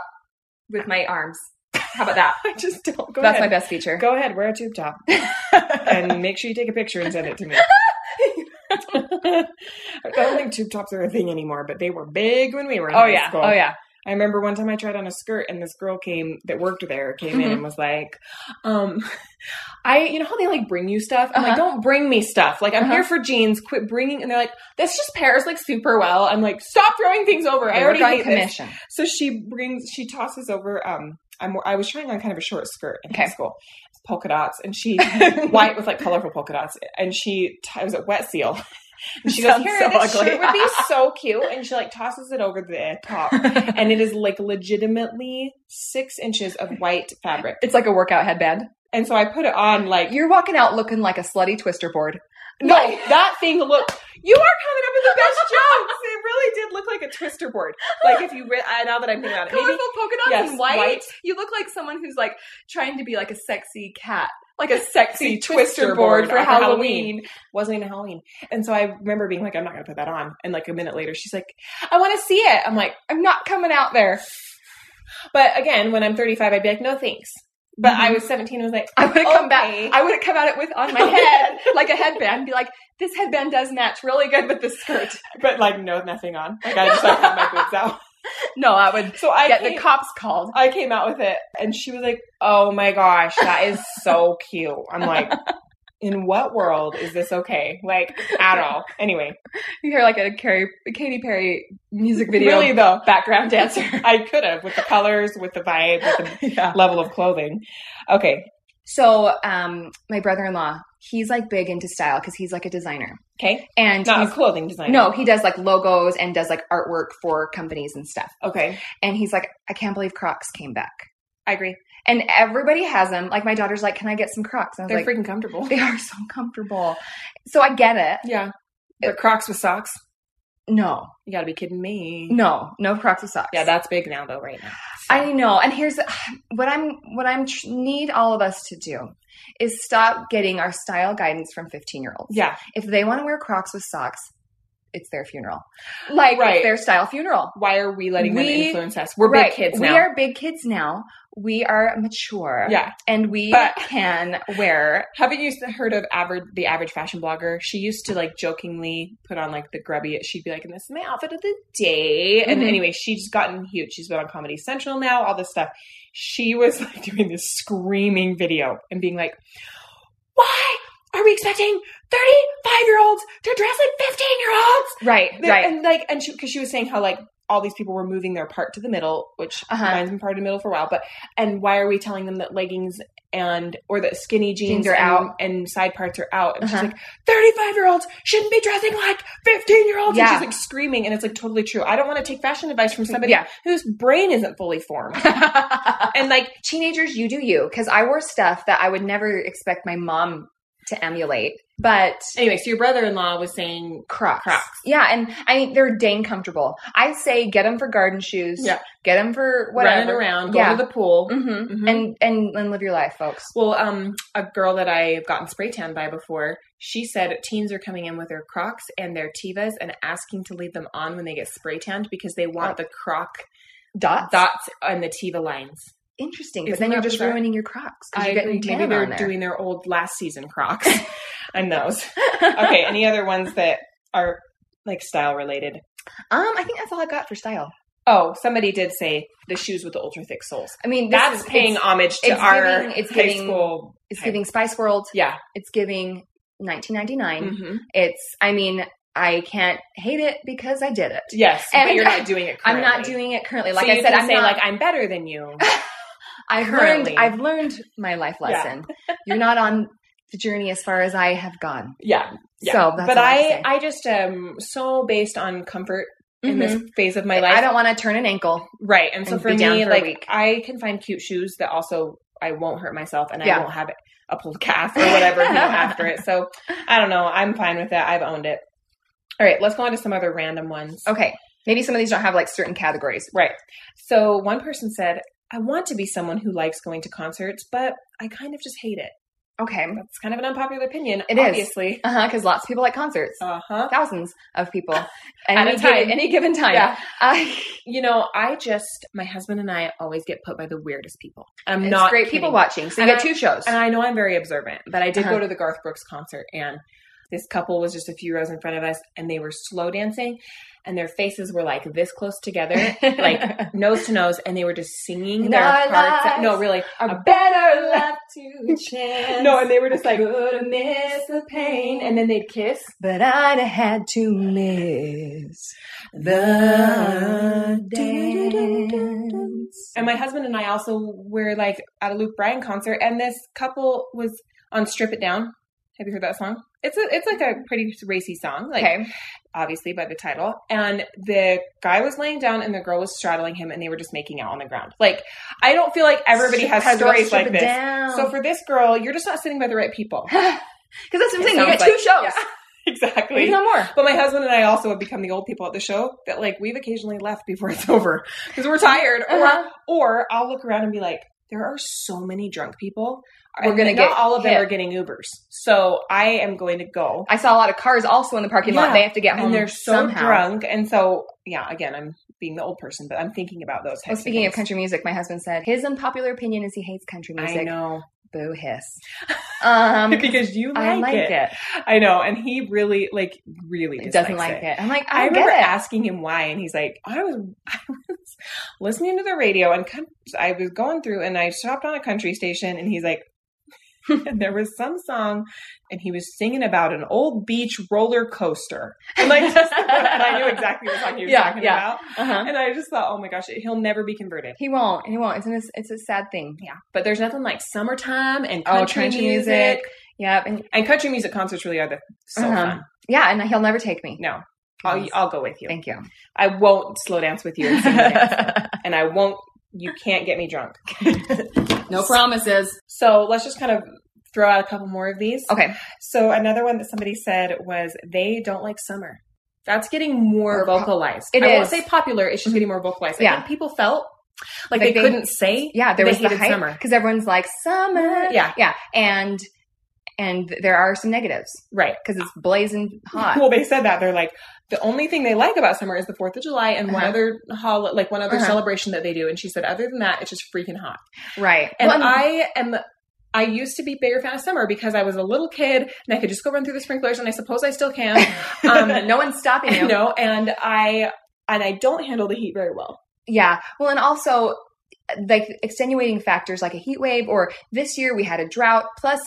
Speaker 2: with my arms.
Speaker 1: How about that?
Speaker 2: I just don't. Go
Speaker 1: That's my
Speaker 2: ahead.
Speaker 1: best feature.
Speaker 2: Go ahead. Wear a tube top and make sure you take a picture and send it to me. I don't think tube tops are a thing anymore, but they were big when we were in
Speaker 1: Oh
Speaker 2: high
Speaker 1: yeah.
Speaker 2: school.
Speaker 1: Oh yeah.
Speaker 2: I remember one time I tried on a skirt and this girl came that worked there came in
Speaker 1: Mhm.
Speaker 2: and was like,
Speaker 1: Um I you know how they like bring you stuff? I'm like,
Speaker 2: Uh-huh.
Speaker 1: don't bring me stuff. Like I'm
Speaker 2: Uh-huh.
Speaker 1: here for jeans. Quit bringing and they're like, this just pairs like super well. I'm like, stop throwing things over. I already hate this. So she brings, she tosses over. Um, I'm, I was trying on kind of a short skirt in high
Speaker 2: Okay.
Speaker 1: school, polka dots, and she white with like colorful polka dots, and she t- it was a wet seal. And she goes,
Speaker 2: Sounds
Speaker 1: "Here,
Speaker 2: so
Speaker 1: this
Speaker 2: ugly."
Speaker 1: shirt would be so cute," and she like tosses it over the top, and it is like legitimately six inches of white fabric.
Speaker 2: it's like a workout headband.
Speaker 1: And so I put it on like
Speaker 2: You're walking out looking like a slutty twister board.
Speaker 1: no, that thing looked. You are coming up with the best jokes. It really did look like a twister board. Like if you re- I- now that I'm thinking about it, maybe
Speaker 2: Colorful polka dots
Speaker 1: Yes,
Speaker 2: and white.
Speaker 1: white.
Speaker 2: You look like someone who's like trying to be like a sexy cat, like a sexy
Speaker 1: See,
Speaker 2: twister board for Halloween.
Speaker 1: Wasn't even Halloween. And so I remember being like, I'm not going to put that on. And like a minute later, she's like, I want to see it. I'm like,
Speaker 2: I'm not coming out there.
Speaker 1: but again, when I'm 35, I'd be like, no thanks. But I
Speaker 2: Mhm.
Speaker 1: was 17. Mm-hmm. I was like,
Speaker 2: I would have come back.
Speaker 1: Okay.
Speaker 2: I would have come at it with on my head like a headband. Be like, this headband does match really good with this skirt.
Speaker 1: but like, no, nothing on. Like I just like had my boobs out.
Speaker 2: No, I would
Speaker 1: So I
Speaker 2: get
Speaker 1: came,
Speaker 2: the cops called.
Speaker 1: I came out with it, and she was like, oh my gosh, that is so cute. I'm like. In what world is this okay? Like at all? Anyway,
Speaker 2: You hear like a Carrie, a Katy Perry music video
Speaker 1: really though,
Speaker 2: background dancer.
Speaker 1: I could have with the colors, with the vibe, with the
Speaker 2: yeah.
Speaker 1: level of clothing. Okay,
Speaker 2: So, um, my brother-in-law, he's like big into style because he's like a designer,
Speaker 1: okay,
Speaker 2: and
Speaker 1: not a
Speaker 2: he's-
Speaker 1: clothing designer.
Speaker 2: no, he does like logos and does like artwork for companies and stuff.
Speaker 1: Okay.
Speaker 2: And he's like, I can't believe Crocs came back,
Speaker 1: I agree.
Speaker 2: and everybody has them. Like my daughter's like, can I get some Crocs? And I
Speaker 1: They're
Speaker 2: was like,
Speaker 1: freaking comfortable.
Speaker 2: they are so comfortable. So I get it.
Speaker 1: Yeah. They're Crocs with socks.
Speaker 2: No,
Speaker 1: You gotta be kidding me.
Speaker 2: no, no Crocs with socks.
Speaker 1: Yeah, that's big now though, right now.
Speaker 2: I know. And here's what I'm what I'm tr- need all of us to do is stop getting our style guidance from 15 year olds.
Speaker 1: Yeah.
Speaker 2: If they want to wear Crocs with socks, it's their funeral. Like
Speaker 1: Right.
Speaker 2: it's their style funeral.
Speaker 1: Why are we letting them
Speaker 2: We-
Speaker 1: influence us? We're
Speaker 2: Right.
Speaker 1: big kids
Speaker 2: We
Speaker 1: now.
Speaker 2: are big kids now. We are mature.
Speaker 1: yeah.
Speaker 2: And we
Speaker 1: But-
Speaker 2: can wear
Speaker 1: Haven't you heard of average the average fashion blogger? She used to like jokingly put on like the grubby. She'd be like, "And this is my outfit of the day." And
Speaker 2: Mhm.
Speaker 1: anyway, she's gotten huge. She's been on Comedy Central now. All this stuff. She was like doing this screaming video and being like, "Why are we expecting thirty-five year olds to dress like fifteen year olds?"
Speaker 2: right,
Speaker 1: The- And like, and she, cause she was saying how like all these people were moving their part to the middle, which
Speaker 2: Uh-huh.
Speaker 1: mine's been part of the middle for a while, but, and why are we telling them that leggings and, or that skinny jeans,
Speaker 2: Jeans are
Speaker 1: and,
Speaker 2: out.
Speaker 1: and side parts are out? And she's
Speaker 2: Uh-huh.
Speaker 1: like, 35 year olds shouldn't be dressing like 15 year olds.
Speaker 2: Yeah.
Speaker 1: And she's like screaming. And it's like totally true. I don't want to take fashion advice from somebody
Speaker 2: Yeah.
Speaker 1: whose brain isn't fully formed. and like,
Speaker 2: Teenagers, you do you cuz I wore stuff that I would never expect my mom to emulate. But
Speaker 1: anyway, so your brother-in-law was saying,
Speaker 2: Crocs.
Speaker 1: Crocs.
Speaker 2: Yeah, and I mean they're dang comfortable. I say get them for garden shoes.
Speaker 1: Yeah.
Speaker 2: get them for whatever.
Speaker 1: running around, go
Speaker 2: Yeah.
Speaker 1: to the pool.
Speaker 2: hmm
Speaker 1: Mhm.
Speaker 2: And, and and live your life, folks.
Speaker 1: Well, um, a girl that I've gotten spray tan by before, she said teens are coming in with their Crocs and their Tevas and asking to leave them on when they get spray tanned because they want the Croc
Speaker 2: Dots.
Speaker 1: dots and the Teva lines.
Speaker 2: Interesting, but
Speaker 1: Isn't
Speaker 2: then you're
Speaker 1: that
Speaker 2: just
Speaker 1: bizarre?
Speaker 2: ruining your Crocs because you're
Speaker 1: agree.
Speaker 2: getting
Speaker 1: maybe
Speaker 2: tan
Speaker 1: they're
Speaker 2: on there.
Speaker 1: doing their old last season Crocs and those. Okay, any other ones that are like style related?
Speaker 2: um, I think that's all I got for style.
Speaker 1: Oh, somebody did say the shoes with the ultra thick soles.
Speaker 2: I mean, this
Speaker 1: That's
Speaker 2: is-
Speaker 1: paying
Speaker 2: It's,
Speaker 1: homage to
Speaker 2: it's
Speaker 1: our
Speaker 2: giving- it's
Speaker 1: high
Speaker 2: giving-
Speaker 1: school.
Speaker 2: it's giving Spice World.
Speaker 1: Yeah.
Speaker 2: It's giving 1999.
Speaker 1: Mhm.
Speaker 2: It's. I mean, I can't hate it because I did it.
Speaker 1: Yes, but
Speaker 2: And-
Speaker 1: you're not doing it.
Speaker 2: I'm
Speaker 1: Currently.
Speaker 2: not doing it currently. Like
Speaker 1: so
Speaker 2: I
Speaker 1: you
Speaker 2: said,
Speaker 1: can
Speaker 2: I'm
Speaker 1: say
Speaker 2: not,
Speaker 1: like I'm better than you.
Speaker 2: I've
Speaker 1: Currently.
Speaker 2: learned I've learned my life
Speaker 1: Yeah.
Speaker 2: lesson. You're not on the journey as far as I have gone.
Speaker 1: yeah, yeah.
Speaker 2: So that's
Speaker 1: but
Speaker 2: all I have
Speaker 1: I
Speaker 2: to say.
Speaker 1: I just am so based on comfort in
Speaker 2: Mhm.
Speaker 1: this phase of my
Speaker 2: I
Speaker 1: life,
Speaker 2: don't want to turn an ankle.
Speaker 1: right? And so
Speaker 2: and
Speaker 1: for
Speaker 2: be down
Speaker 1: me,
Speaker 2: for a
Speaker 1: like
Speaker 2: week.
Speaker 1: I can find cute shoes that also I won't hurt myself and I
Speaker 2: Yeah.
Speaker 1: won't have a pulled calf or whatever you know, after it. So I don't know. I'm fine with that. I've owned it. All right, let's go on to some other random ones.
Speaker 2: Okay. Maybe some of these don't have like certain categories.
Speaker 1: Right. So one person said, "I want to be someone who likes going to concerts, but I kind of just hate it."
Speaker 2: Okay.
Speaker 1: That's kind of an unpopular opinion,
Speaker 2: It is.
Speaker 1: obviously.
Speaker 2: Uh huh. Because lots of people like concerts.
Speaker 1: Uh huh.
Speaker 2: Thousands of people.
Speaker 1: At a
Speaker 2: any
Speaker 1: time.
Speaker 2: Given, any given time. Uh,
Speaker 1: Yeah.
Speaker 2: I,
Speaker 1: You know, I just my husband and I always get put by the weirdest people. I'm
Speaker 2: it's
Speaker 1: not
Speaker 2: great
Speaker 1: kidding.
Speaker 2: people watching. So you
Speaker 1: And
Speaker 2: get
Speaker 1: I-
Speaker 2: two shows.
Speaker 1: And I know I'm very observant, but I did
Speaker 2: Uh-huh.
Speaker 1: go to the Garth Brooks concert and this couple was just a few rows in front of us and they were slow dancing and their faces were like this close together, like nose to nose, and they were just singing their
Speaker 2: Our
Speaker 1: hearts out. No,
Speaker 2: lives
Speaker 1: really.
Speaker 2: a better left to chance.
Speaker 1: No, and they were just like
Speaker 2: Could have missed the pain,
Speaker 1: and then they'd kiss.
Speaker 2: but I'd have had to miss the dance.
Speaker 1: And my husband and I also were like at a Luke Bryan concert, and this couple was on "Strip It Down." Have you heard that song? It's a it's like a pretty racy song, like
Speaker 2: okay.
Speaker 1: obviously by the title. And the guy was laying down, and the girl was straddling him, and they were just making out on the ground. Like I don't feel like everybody has
Speaker 2: Strip-
Speaker 1: stories
Speaker 2: strip
Speaker 1: like
Speaker 2: it
Speaker 1: this.
Speaker 2: down.
Speaker 1: So for this girl, you're just not sitting by the right people.
Speaker 2: Because that's what I'm
Speaker 1: It
Speaker 2: saying. You
Speaker 1: sounds
Speaker 2: get two
Speaker 1: like-
Speaker 2: shows. Maybe
Speaker 1: exactly.
Speaker 2: no more.
Speaker 1: But my husband and I also have become the old people at the show that like we've occasionally left before it's over because we're tired,
Speaker 2: Uh-huh.
Speaker 1: or or I'll look around and be like, there are so many drunk people.
Speaker 2: We're
Speaker 1: And
Speaker 2: gonna
Speaker 1: not
Speaker 2: get
Speaker 1: all of them
Speaker 2: hit.
Speaker 1: are getting Ubers, so I am going to go.
Speaker 2: I saw a lot of cars also in the parking lot.
Speaker 1: Yeah.
Speaker 2: They have to get home.
Speaker 1: And they're so
Speaker 2: somehow.
Speaker 1: drunk, and so yeah. Again, I'm being the old person, but I'm thinking about those.
Speaker 2: Well,
Speaker 1: types
Speaker 2: speaking of
Speaker 1: things.
Speaker 2: country music, my husband said his unpopular opinion is he hates country music.
Speaker 1: I know
Speaker 2: Boo hiss. Um,
Speaker 1: because you like,
Speaker 2: I like
Speaker 1: it.
Speaker 2: it.
Speaker 1: I know, and he really like really
Speaker 2: He
Speaker 1: dislikes
Speaker 2: doesn't like it. I'm like, I,
Speaker 1: I
Speaker 2: get
Speaker 1: remember
Speaker 2: it.
Speaker 1: asking him why, and he's like, "I was, I was listening to the radio, and con- I was going through, and I stopped on a country station, and he's like, and there was some song, and he was singing about an old beach roller coaster, and like, just, and I knew exactly what song he was
Speaker 2: Yeah,
Speaker 1: talking
Speaker 2: yeah.
Speaker 1: about,
Speaker 2: Uh-huh.
Speaker 1: and I just thought, oh my gosh, he'll never be converted.
Speaker 2: He won't. He won't. It's, an, it's a sad thing.
Speaker 1: Yeah, but there's nothing like summertime and
Speaker 2: Oh,
Speaker 1: country,
Speaker 2: country
Speaker 1: music.
Speaker 2: music. Yep. And
Speaker 1: and country music concerts really are the so
Speaker 2: Uh-huh.
Speaker 1: fun.
Speaker 2: yeah, and he'll never take me.
Speaker 1: No, I'll,
Speaker 2: Yes.
Speaker 1: I'll go with you.
Speaker 2: Thank you.
Speaker 1: I won't slow dance with you and sing with you. and I won't. You can't get me drunk.
Speaker 2: no promises.
Speaker 1: So let's just kind of throw out a couple more of these.
Speaker 2: Okay.
Speaker 1: So another one that somebody said was they don't like summer. That's getting more
Speaker 2: Or po-
Speaker 1: vocalized.
Speaker 2: It
Speaker 1: I won't
Speaker 2: is.
Speaker 1: say popular. It's just getting more vocalized. I
Speaker 2: Yeah.
Speaker 1: think people felt Mm-hmm. like,
Speaker 2: Like
Speaker 1: they,
Speaker 2: they-
Speaker 1: couldn't say.
Speaker 2: Yeah, there
Speaker 1: They
Speaker 2: was the
Speaker 1: hated
Speaker 2: hype
Speaker 1: summer.
Speaker 2: because everyone's like summer.
Speaker 1: Yeah.
Speaker 2: yeah, and and there are some negatives
Speaker 1: Right.
Speaker 2: because it's blazing hot.
Speaker 1: Well, they said that they're like the only thing they like about summer is the Fourth of July and one
Speaker 2: Uh-huh.
Speaker 1: other hol- like one other
Speaker 2: Uh-huh.
Speaker 1: celebration that they do. And she said, other than that, it's just freaking hot.
Speaker 2: Right.
Speaker 1: And
Speaker 2: Well,
Speaker 1: I am. I used to be a bigger fan of summer because I was a little kid and I could just go run through the sprinklers, and I suppose I still can. um,
Speaker 2: no one's stopping you.
Speaker 1: you know, and I and I don't handle the heat very well.
Speaker 2: Yeah. Well, and also like extenuating factors like a heat wave or this year we had a drought plus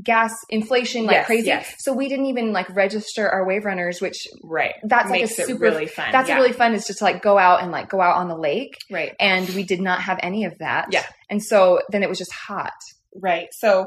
Speaker 2: gas inflation like
Speaker 1: Yes,
Speaker 2: crazy.
Speaker 1: yes.
Speaker 2: So we didn't even like register our wave runners, which
Speaker 1: Right.
Speaker 2: that's like a
Speaker 1: Makes
Speaker 2: super
Speaker 1: it really fun.
Speaker 2: that's
Speaker 1: yeah.
Speaker 2: really fun is just to like go out and like go out on the lake.
Speaker 1: right.
Speaker 2: And we did not have any of that.
Speaker 1: Yeah.
Speaker 2: And so then it was just hot.
Speaker 1: Right. So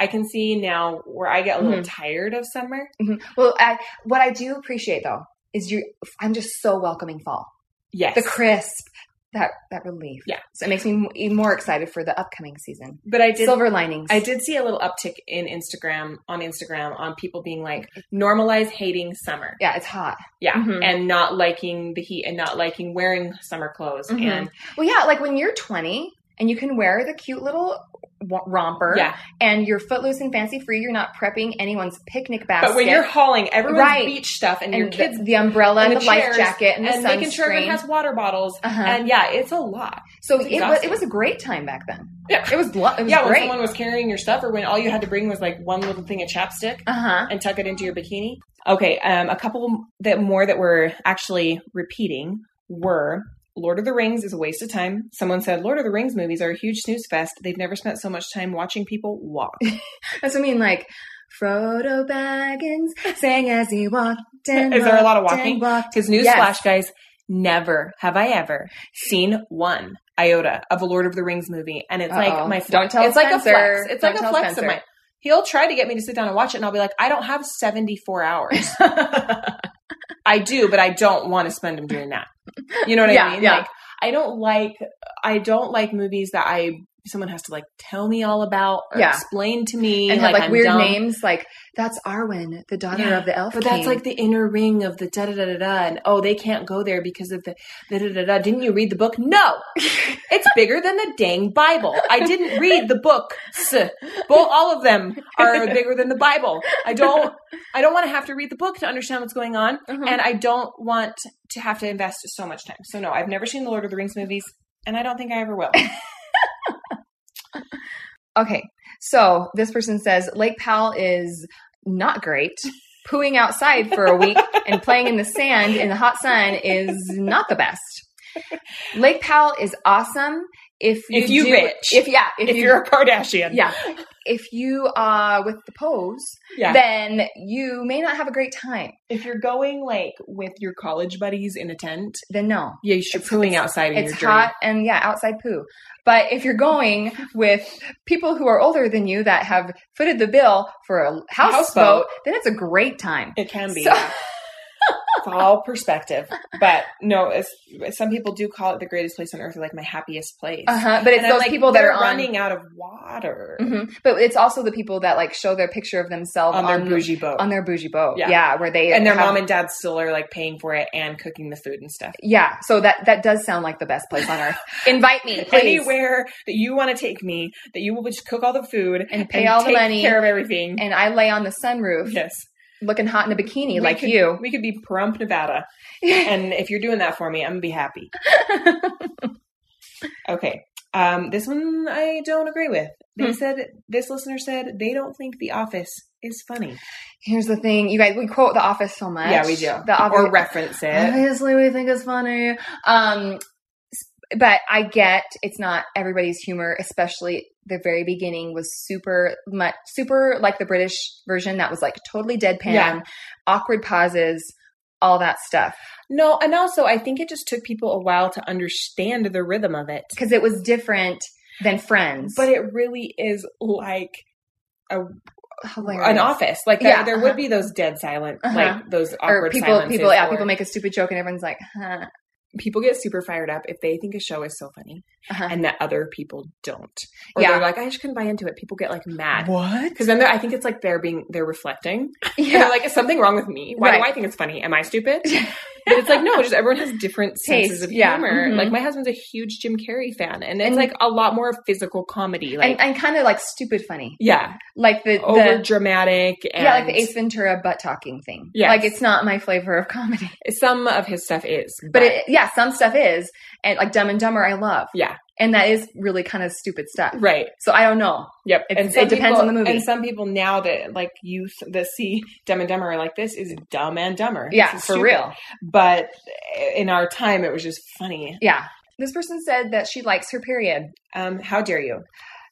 Speaker 1: I can see now where I get a little tired of summer.
Speaker 2: Well, I, what I do appreciate though is you I'm just so welcoming fall.
Speaker 1: Yes.
Speaker 2: The crisp, that that relief.
Speaker 1: Yeah.
Speaker 2: So it makes me m- even more excited for the upcoming season.
Speaker 1: but I did.
Speaker 2: Silver linings.
Speaker 1: I did see a little uptick in Instagram on Instagram on people being like normalize hating summer.
Speaker 2: Yeah, it's hot.
Speaker 1: Yeah.
Speaker 2: Mhm.
Speaker 1: And not liking the heat and not liking wearing summer clothes
Speaker 2: Mhm.
Speaker 1: and
Speaker 2: Well, yeah, like when you're 20 and you can wear the cute little w- romper
Speaker 1: yeah.
Speaker 2: and you're footloose and fancy free, you're not prepping anyone's picnic basket.
Speaker 1: But when you're hauling everyone's
Speaker 2: Right.
Speaker 1: beach stuff and,
Speaker 2: and
Speaker 1: your kids
Speaker 2: the, the umbrella and,
Speaker 1: and
Speaker 2: the,
Speaker 1: the
Speaker 2: life
Speaker 1: chairs
Speaker 2: jacket and,
Speaker 1: and,
Speaker 2: the sunscreen.
Speaker 1: making sure everyone has water bottles.
Speaker 2: Uh-huh.
Speaker 1: And yeah, it's a lot.
Speaker 2: so
Speaker 1: it's
Speaker 2: it was,
Speaker 1: exhausting.
Speaker 2: it was a great time back then.
Speaker 1: Yeah.
Speaker 2: It was, lo- it was
Speaker 1: yeah, when
Speaker 2: great.
Speaker 1: someone was carrying your stuff or when all you had to bring was like one little thing of chapstick
Speaker 2: uh-huh.
Speaker 1: and tuck it into your bikini. Okay, um, a couple that more that were actually repeating were Lord of the Rings is a waste of time. Someone said Lord of the Rings movies are a huge snooze fest. They've never spent so much time watching people walk.
Speaker 2: That's what I mean, like Frodo Baggins sang as he walked and
Speaker 1: Is there a lot of
Speaker 2: walked
Speaker 1: walking?
Speaker 2: and walked.
Speaker 1: Because newsflash,
Speaker 2: Yes.
Speaker 1: guys, never have I ever seen one iota of a Lord of the Rings movie, and it's
Speaker 2: Uh-oh.
Speaker 1: like my
Speaker 2: Don't tell
Speaker 1: It's like a
Speaker 2: Spencer.
Speaker 1: flex. It's
Speaker 2: Don't
Speaker 1: like a
Speaker 2: tell
Speaker 1: flex
Speaker 2: Spencer.
Speaker 1: of mine. He'll try to get me to sit down and watch it, and I'll be like, I don't have seventy four hours. I do, but I don't want to spend them doing that. You know what
Speaker 2: Yeah,
Speaker 1: I mean?
Speaker 2: yeah.
Speaker 1: Like, I don't like I don't like movies that I someone has to like tell me all about or
Speaker 2: Yeah.
Speaker 1: explain to me
Speaker 2: and had like,
Speaker 1: I'm
Speaker 2: weird
Speaker 1: dumb.
Speaker 2: names like that's Arwen, the daughter
Speaker 1: Yeah,
Speaker 2: of the elf.
Speaker 1: But that's
Speaker 2: king.
Speaker 1: like the inner ring of the da da da da da, and oh, they can't go there because of the da da da da. Didn't you read the book? No, it's bigger than the dang Bible. I didn't read the book. Both all of them are bigger than the Bible. I don't. I don't want to have to read the book to understand what's going on,
Speaker 2: Mhm.
Speaker 1: and I don't want to have to invest so much time. So no, I've never seen the Lord of the Rings movies, and I don't think I ever will.
Speaker 2: Okay. So this person says Lake Powell is not great. Pooing outside for a week and playing in the sand in the hot sun is not the best. Lake Powell is awesome if you
Speaker 1: If you
Speaker 2: do-
Speaker 1: rich.
Speaker 2: If yeah, if,
Speaker 1: if
Speaker 2: you,
Speaker 1: you're a Kardashian,
Speaker 2: yeah, if you are with the pose,
Speaker 1: yeah.
Speaker 2: then you may not have a great time.
Speaker 1: If you're going like with your college buddies in a tent,
Speaker 2: Then no,
Speaker 1: yeah, you're pooing outside in
Speaker 2: it's
Speaker 1: your dream.
Speaker 2: hot and yeah, outside poo. But if you're going with people who are older than you that have footed the bill for a
Speaker 1: Houseboat.
Speaker 2: houseboat, then it's a great time.
Speaker 1: It can be.
Speaker 2: So-
Speaker 1: yeah. it's all perspective. But no, it's, some people do call it the greatest place on earth or like my happiest place.
Speaker 2: Uh-huh. But it's
Speaker 1: And I'm
Speaker 2: those
Speaker 1: like,
Speaker 2: people that
Speaker 1: they're
Speaker 2: are
Speaker 1: running out of water
Speaker 2: on. Mhm. But it's also the people that like show their picture of themselves
Speaker 1: on their bougie boat.
Speaker 2: on their bougie boat.
Speaker 1: Yeah.
Speaker 2: Yeah, where they
Speaker 1: and their
Speaker 2: have-
Speaker 1: mom and dad still are like paying for it and cooking the food and stuff.
Speaker 2: yeah. So that that does sound like the best place on earth. Invite me, please.
Speaker 1: Anywhere that you want to take me, that you will just cook all the food
Speaker 2: And pay all the
Speaker 1: take
Speaker 2: money.
Speaker 1: care of everything.
Speaker 2: And I lay on the sunroof,
Speaker 1: yes,
Speaker 2: looking hot in a bikini,
Speaker 1: We
Speaker 2: like
Speaker 1: could-
Speaker 2: you.
Speaker 1: We could be Pahrump, Nevada, and if you're doing that for me, I'm gonna be happy. Okay. Um, this one I don't agree with. They
Speaker 2: Hmm.
Speaker 1: said this listener said they don't think The Office is funny.
Speaker 2: Here's the thing, you guys. We quote The Office so much.
Speaker 1: Yeah, we do.
Speaker 2: The Office,
Speaker 1: or reference it.
Speaker 2: Obviously, we think it's funny. Um, s- but I get it's not everybody's humor, especially the very beginning was super much super like the British version that was like totally deadpan,
Speaker 1: Yeah.
Speaker 2: awkward pauses, all that stuff.
Speaker 1: No, and also I think it just took people a while to understand the rhythm of it.
Speaker 2: Because it was different than Friends.
Speaker 1: But it really is like
Speaker 2: Hilarious.
Speaker 1: an office. Like there,
Speaker 2: Yeah,
Speaker 1: there
Speaker 2: uh-huh.
Speaker 1: would be those dead silent,
Speaker 2: Uh-huh.
Speaker 1: like those
Speaker 2: Or
Speaker 1: awkward
Speaker 2: people,
Speaker 1: silences.
Speaker 2: people, yeah,
Speaker 1: or-
Speaker 2: people make a stupid joke and everyone's like, huh.
Speaker 1: people get super fired up if they think a show is so funny
Speaker 2: uh-huh.
Speaker 1: and that other people don't. Or
Speaker 2: Yeah.
Speaker 1: they're like, I just couldn't buy into it. People get like mad.
Speaker 2: What?
Speaker 1: Because then they're- I think it's like they're being they're reflecting. And
Speaker 2: Yeah.
Speaker 1: they're like, is something wrong with me? Why do
Speaker 2: Right.
Speaker 1: I think it's funny? Am I stupid? But it's like, no, just everyone has different senses
Speaker 2: Taste,
Speaker 1: of
Speaker 2: yeah,
Speaker 1: humor.
Speaker 2: mhm.
Speaker 1: Like, my husband's a huge Jim Carrey fan, and it's
Speaker 2: And-
Speaker 1: like a lot more of physical comedy. Like,
Speaker 2: and and kind of like stupid funny.
Speaker 1: yeah,
Speaker 2: Like the,
Speaker 1: over
Speaker 2: the
Speaker 1: dramatic. And
Speaker 2: yeah, like the Ace Ventura butt talking thing.
Speaker 1: Yes.
Speaker 2: Like it's not my flavor of comedy.
Speaker 1: Some of his stuff is. But,
Speaker 2: But it, yeah, some stuff is, and like Dumb and Dumber, I love.
Speaker 1: Yeah.
Speaker 2: and that is really kind of stupid stuff.
Speaker 1: right.
Speaker 2: So I don't know.
Speaker 1: Yep.
Speaker 2: It's-
Speaker 1: some
Speaker 2: it depends
Speaker 1: people-
Speaker 2: on the movie.
Speaker 1: And some people now that, like, youth that see Dumb and Dumber are like, this is dumb and dumber. This
Speaker 2: Yeah,
Speaker 1: is
Speaker 2: for
Speaker 1: stupid."
Speaker 2: real.
Speaker 1: But eh, in our time, it was just funny.
Speaker 2: Yeah, this person said that she likes her period.
Speaker 1: Um, how dare you?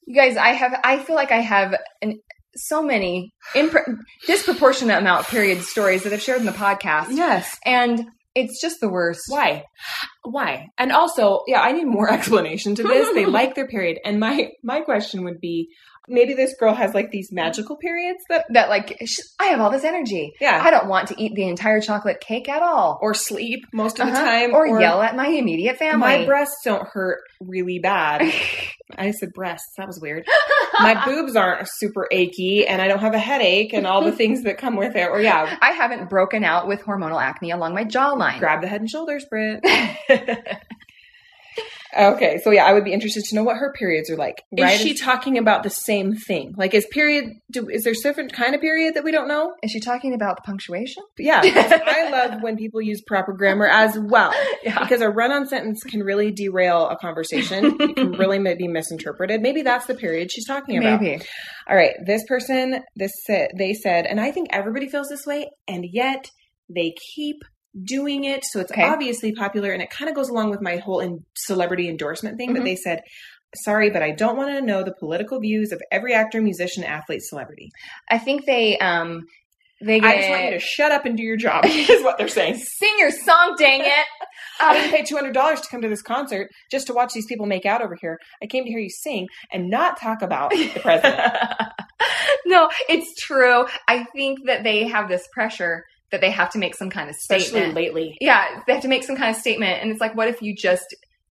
Speaker 2: You guys, I have. I feel like I have an, so many impre- disproportionate amount of period stories that I've shared in the podcast,
Speaker 1: Yes.
Speaker 2: and it's just the worst.
Speaker 1: Why? Why? And also, yeah, I need more explanation to this. they like their period. And my my question would be maybe this girl has like these magical periods that
Speaker 2: That like sh- I have all this energy.
Speaker 1: yeah,
Speaker 2: I don't want to eat the entire chocolate cake at all.
Speaker 1: or sleep most of the
Speaker 2: Uh-huh.
Speaker 1: time
Speaker 2: or, yell at my immediate family.
Speaker 1: my breasts don't hurt really bad. I said breasts. That was weird. My boobs aren't super achy and I don't have a headache and all the things that come with it. Or yeah,
Speaker 2: I haven't broken out with hormonal acne along my jawline.
Speaker 1: grab the head and shoulders, Brit. okay, so yeah, I would be interested to know what her periods are like.
Speaker 2: Right.
Speaker 1: Is she talking about the same thing? Like, is period? Do, is there different kind of period that we don't know?
Speaker 2: Is she talking about the punctuation?
Speaker 1: But yeah, I love when people use proper grammar as well
Speaker 2: Yeah.
Speaker 1: because a run-on sentence can really derail a conversation. It can really may be misinterpreted. Maybe that's the period she's talking about.
Speaker 2: Maybe.
Speaker 1: All right, this person, this sa- they said, and I think everybody feels this way, and yet they keep doing it, so it's
Speaker 2: Okay.
Speaker 1: obviously popular, and it kind of goes along with my whole in- celebrity endorsement thing. But
Speaker 2: Mhm.
Speaker 1: they said, "Sorry, but I don't want to know the political views of every actor, musician, athlete, celebrity.
Speaker 2: I think they um they get
Speaker 1: I just want you to shut up and do your job." is what they're saying.
Speaker 2: sing your song, dang it.
Speaker 1: I
Speaker 2: Um,
Speaker 1: didn't pay two hundred dollars to come to this concert just to watch these people make out over here. I came to hear you sing and not talk about the president.
Speaker 2: no, it's true. I think that they have this pressure that they have to make some kind of statement.
Speaker 1: lately.
Speaker 2: Yeah, they have to make some kind of statement and it's like what if you just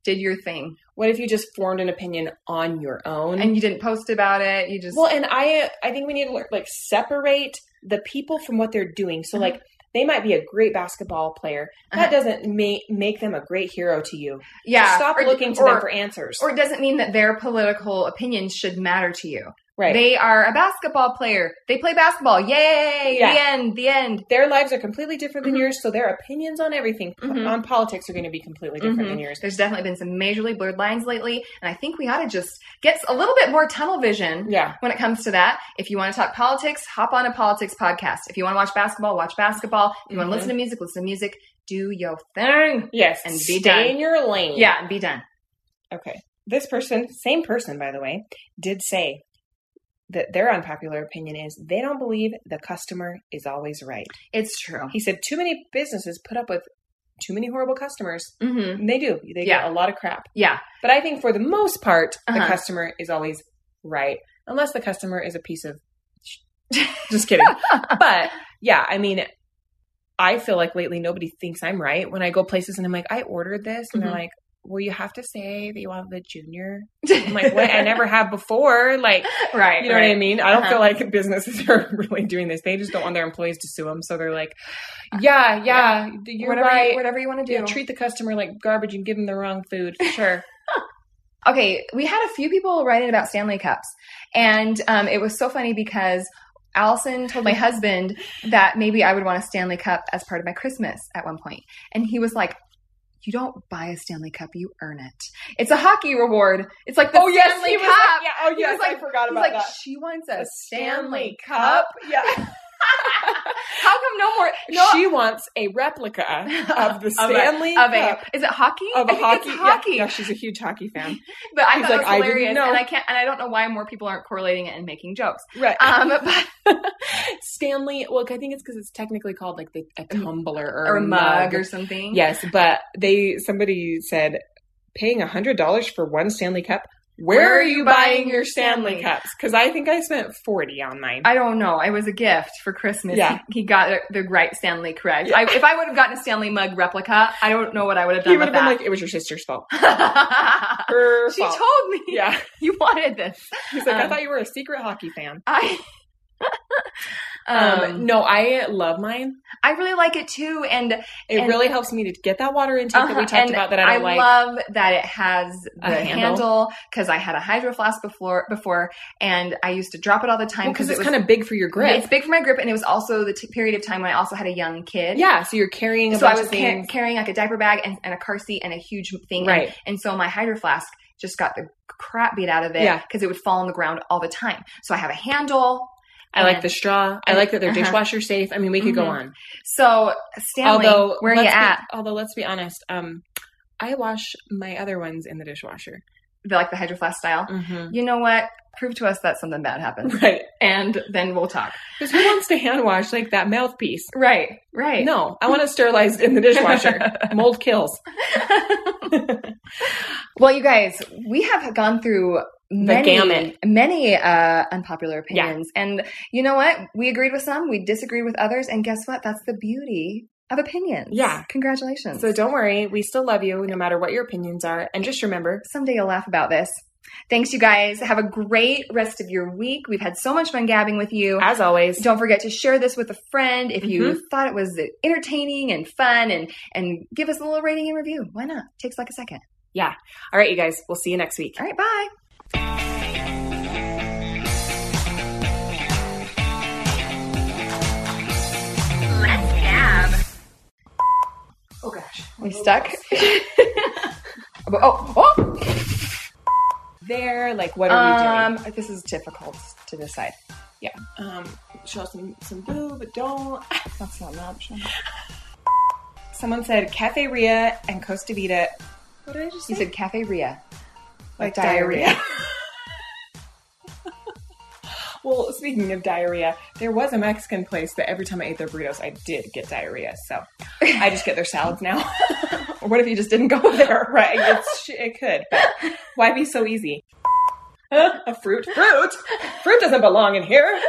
Speaker 2: did your thing
Speaker 1: What if you just formed an opinion on your own?
Speaker 2: and you didn't post about it. You just
Speaker 1: Mm-hmm. well, and I uh, I think we need to learn, like separate the people from what they're doing. So
Speaker 2: Mhm.
Speaker 1: like they might be a great basketball player. That doesn't make make them a great hero to you.
Speaker 2: Uh-huh. yeah.
Speaker 1: Stop
Speaker 2: or-
Speaker 1: looking to
Speaker 2: or,
Speaker 1: them for answers.
Speaker 2: or it doesn't mean that their political opinions should matter to you.
Speaker 1: right.
Speaker 2: They are a basketball player. They play basketball. Yay!
Speaker 1: Yeah.
Speaker 2: The end. The end.
Speaker 1: their lives are completely different than
Speaker 2: Mhm.
Speaker 1: yours, so their opinions on everything
Speaker 2: Mhm.
Speaker 1: on politics are going to be completely different
Speaker 2: Mhm.
Speaker 1: than yours.
Speaker 2: There's definitely been some majorly blurred lines lately, and I think we ought to just get a little bit more tunnel vision
Speaker 1: Yeah.
Speaker 2: when it comes to that. If you want to talk politics, hop on a politics podcast. If you want to watch basketball, watch basketball. If you want
Speaker 1: Mhm.
Speaker 2: to listen to music, listen to music. Do your thing.
Speaker 1: Yes.
Speaker 2: And
Speaker 1: And stay
Speaker 2: be done.
Speaker 1: in your lane.
Speaker 2: Yeah, and be done.
Speaker 1: Okay. This person, same person, by the way, did say that their unpopular opinion is they don't believe the customer is always right.
Speaker 2: It's true.
Speaker 1: He said too many businesses put up with too many horrible customers.
Speaker 2: hmm
Speaker 1: And they do. They
Speaker 2: Yeah.
Speaker 1: get a lot of crap.
Speaker 2: Yeah,
Speaker 1: But I think for the most part, the
Speaker 2: Uh-huh.
Speaker 1: customer is always right, unless the customer is a piece of. sh- Just kidding. but yeah, I mean, I feel like lately nobody thinks I'm right when I go places and I'm like, I ordered this, and
Speaker 2: Mhm.
Speaker 1: they're like, Well, you have to say that you want the junior. I'm like, What? I never have before. Like,
Speaker 2: right.
Speaker 1: you know what I
Speaker 2: right.
Speaker 1: mean? I don't
Speaker 2: Uh-huh.
Speaker 1: feel like businesses are really doing this. They just don't want their employees to sue them, so they're like, Yeah, yeah, you're
Speaker 2: whatever,
Speaker 1: right.
Speaker 2: you, whatever you want to do.
Speaker 1: Yeah, treat the customer like garbage and give them the wrong food. Sure.
Speaker 2: Okay, we had a few people write in about Stanley Cups, and um, it was so funny because Allison told my husband that maybe I would want a Stanley Cup as part of my Christmas at one point, and he was like, "You don't buy a Stanley Cup; you earn it. It's a hockey reward. It's like
Speaker 1: Oh,
Speaker 2: the Stanley Cup."
Speaker 1: yeah, oh
Speaker 2: He was like-
Speaker 1: forgot
Speaker 2: He's like, she wants a,
Speaker 1: A Stanley
Speaker 2: Stanley Cup.
Speaker 1: Cup. Yeah.
Speaker 2: How come no more? No,
Speaker 1: She wants a replica of the
Speaker 2: a-
Speaker 1: Stanley
Speaker 2: of a,
Speaker 1: Cup.
Speaker 2: is it hockey?
Speaker 1: Of
Speaker 2: I
Speaker 1: a
Speaker 2: think
Speaker 1: hockey,
Speaker 2: It's
Speaker 1: yeah.
Speaker 2: hockey.
Speaker 1: Yeah, she's a huge hockey fan.
Speaker 2: But I
Speaker 1: He's
Speaker 2: thought it
Speaker 1: like,
Speaker 2: was
Speaker 1: "I didn't
Speaker 2: hilarious,
Speaker 1: know."
Speaker 2: and I can't, and I don't know why more people aren't correlating it and making jokes.
Speaker 1: Right.
Speaker 2: Um, but
Speaker 1: Stanley, well, I think it's because it's technically called like the, a tumbler Mm, or,
Speaker 2: or a mug or something.
Speaker 1: Yes, but they somebody said paying a hundred dollars for one Stanley Cup. Where, are you buying your Stanley
Speaker 2: Stanley?
Speaker 1: cups? Because I think I spent forty on mine.
Speaker 2: I don't know. It was a gift for Christmas.
Speaker 1: Yeah.
Speaker 2: He, he got the right Stanley correct.
Speaker 1: Yeah.
Speaker 2: I, if I would have gotten a Stanley mug replica, I don't know what I would have
Speaker 1: he
Speaker 2: done
Speaker 1: would
Speaker 2: with
Speaker 1: have been
Speaker 2: that.
Speaker 1: like, "It was your sister's fault."
Speaker 2: she told me
Speaker 1: yeah.
Speaker 2: you wanted this.
Speaker 1: He's like, I
Speaker 2: Um,
Speaker 1: thought you were a secret hockey fan.
Speaker 2: I
Speaker 1: Um,
Speaker 2: um,
Speaker 1: no, I love mine.
Speaker 2: I really like it too, and
Speaker 1: It
Speaker 2: and-
Speaker 1: really helps me to get that water intake that
Speaker 2: Uh-huh,
Speaker 1: we talked
Speaker 2: and
Speaker 1: about that I don't like.
Speaker 2: love that it has the
Speaker 1: A handle.
Speaker 2: handle because I had a hydro flask before before, and I used to drop it all the time
Speaker 1: because
Speaker 2: because
Speaker 1: it's
Speaker 2: it was
Speaker 1: kind of big for your grip.
Speaker 2: It's big for my grip, and it was also the t- period of time when I also had a young kid.
Speaker 1: yeah, so you're carrying. A
Speaker 2: So I
Speaker 1: bunch
Speaker 2: was
Speaker 1: of
Speaker 2: car-
Speaker 1: things.
Speaker 2: carrying like a diaper bag and, and a car seat and a huge thing.
Speaker 1: right.
Speaker 2: And, and so my hydro flask just got the crap beat out of it
Speaker 1: Yeah.
Speaker 2: because it would fall on the ground all the time. So I have a handle.
Speaker 1: I like
Speaker 2: and-
Speaker 1: the straw. I
Speaker 2: and-
Speaker 1: like that they're
Speaker 2: uh-huh.
Speaker 1: dishwasher safe. I mean, we could
Speaker 2: Mhm.
Speaker 1: go on.
Speaker 2: So Stanley,
Speaker 1: although,
Speaker 2: where are you
Speaker 1: let's be-
Speaker 2: at?
Speaker 1: although, let's be honest. Um, I wash my other ones in the dishwasher.
Speaker 2: The, like the hydro flask style.
Speaker 1: Mm-hmm.
Speaker 2: You know what? Prove to us that something bad happened,
Speaker 1: Right.
Speaker 2: and then we'll talk.
Speaker 1: Because who wants to hand wash like that mouthpiece?
Speaker 2: Right. Right.
Speaker 1: No, I want it sterilized in the dishwasher. Mold kills.
Speaker 2: well, you guys, we have gone through many,
Speaker 1: gamut.
Speaker 2: many uh, unpopular
Speaker 1: Yeah.
Speaker 2: opinions, and you know what? We agreed with some, we disagreed with others, and guess what? That's the beauty of opinions.
Speaker 1: Yeah.
Speaker 2: congratulations.
Speaker 1: So don't worry, we still love you no matter what your opinions are. And just remember,
Speaker 2: someday you'll laugh about this. Thanks, you guys. Have a great rest of your week. We've had so much fun gabbing with you.
Speaker 1: as always,
Speaker 2: Don't forget to share this with a friend if you
Speaker 1: Mm-hmm.
Speaker 2: thought it was entertaining and fun, and and give us a little rating and review. Why not? Takes like a second.
Speaker 1: all right, you guys, we'll see you next week.
Speaker 2: All right, bye.
Speaker 3: Let's gab.
Speaker 2: Oh gosh, we stuck. oh, oh.
Speaker 1: There, like, what are
Speaker 2: Um, this is difficult to decide.
Speaker 1: we doing? Um, show some some boo, but don't.
Speaker 2: That's not an option.
Speaker 1: Someone said Cafe Ria and Costa Vida. What did I just say?
Speaker 2: You said cafe Ria,
Speaker 1: like diarrhea. well, speaking of diarrhea, there was a Mexican place that every time I ate their burritos, I did get diarrhea. So I just get their salads now.
Speaker 2: Or what if you just didn't go there?
Speaker 1: right? It's, it could, but why be so easy? Huh? A fruit? Fruit? Fruit doesn't belong in here.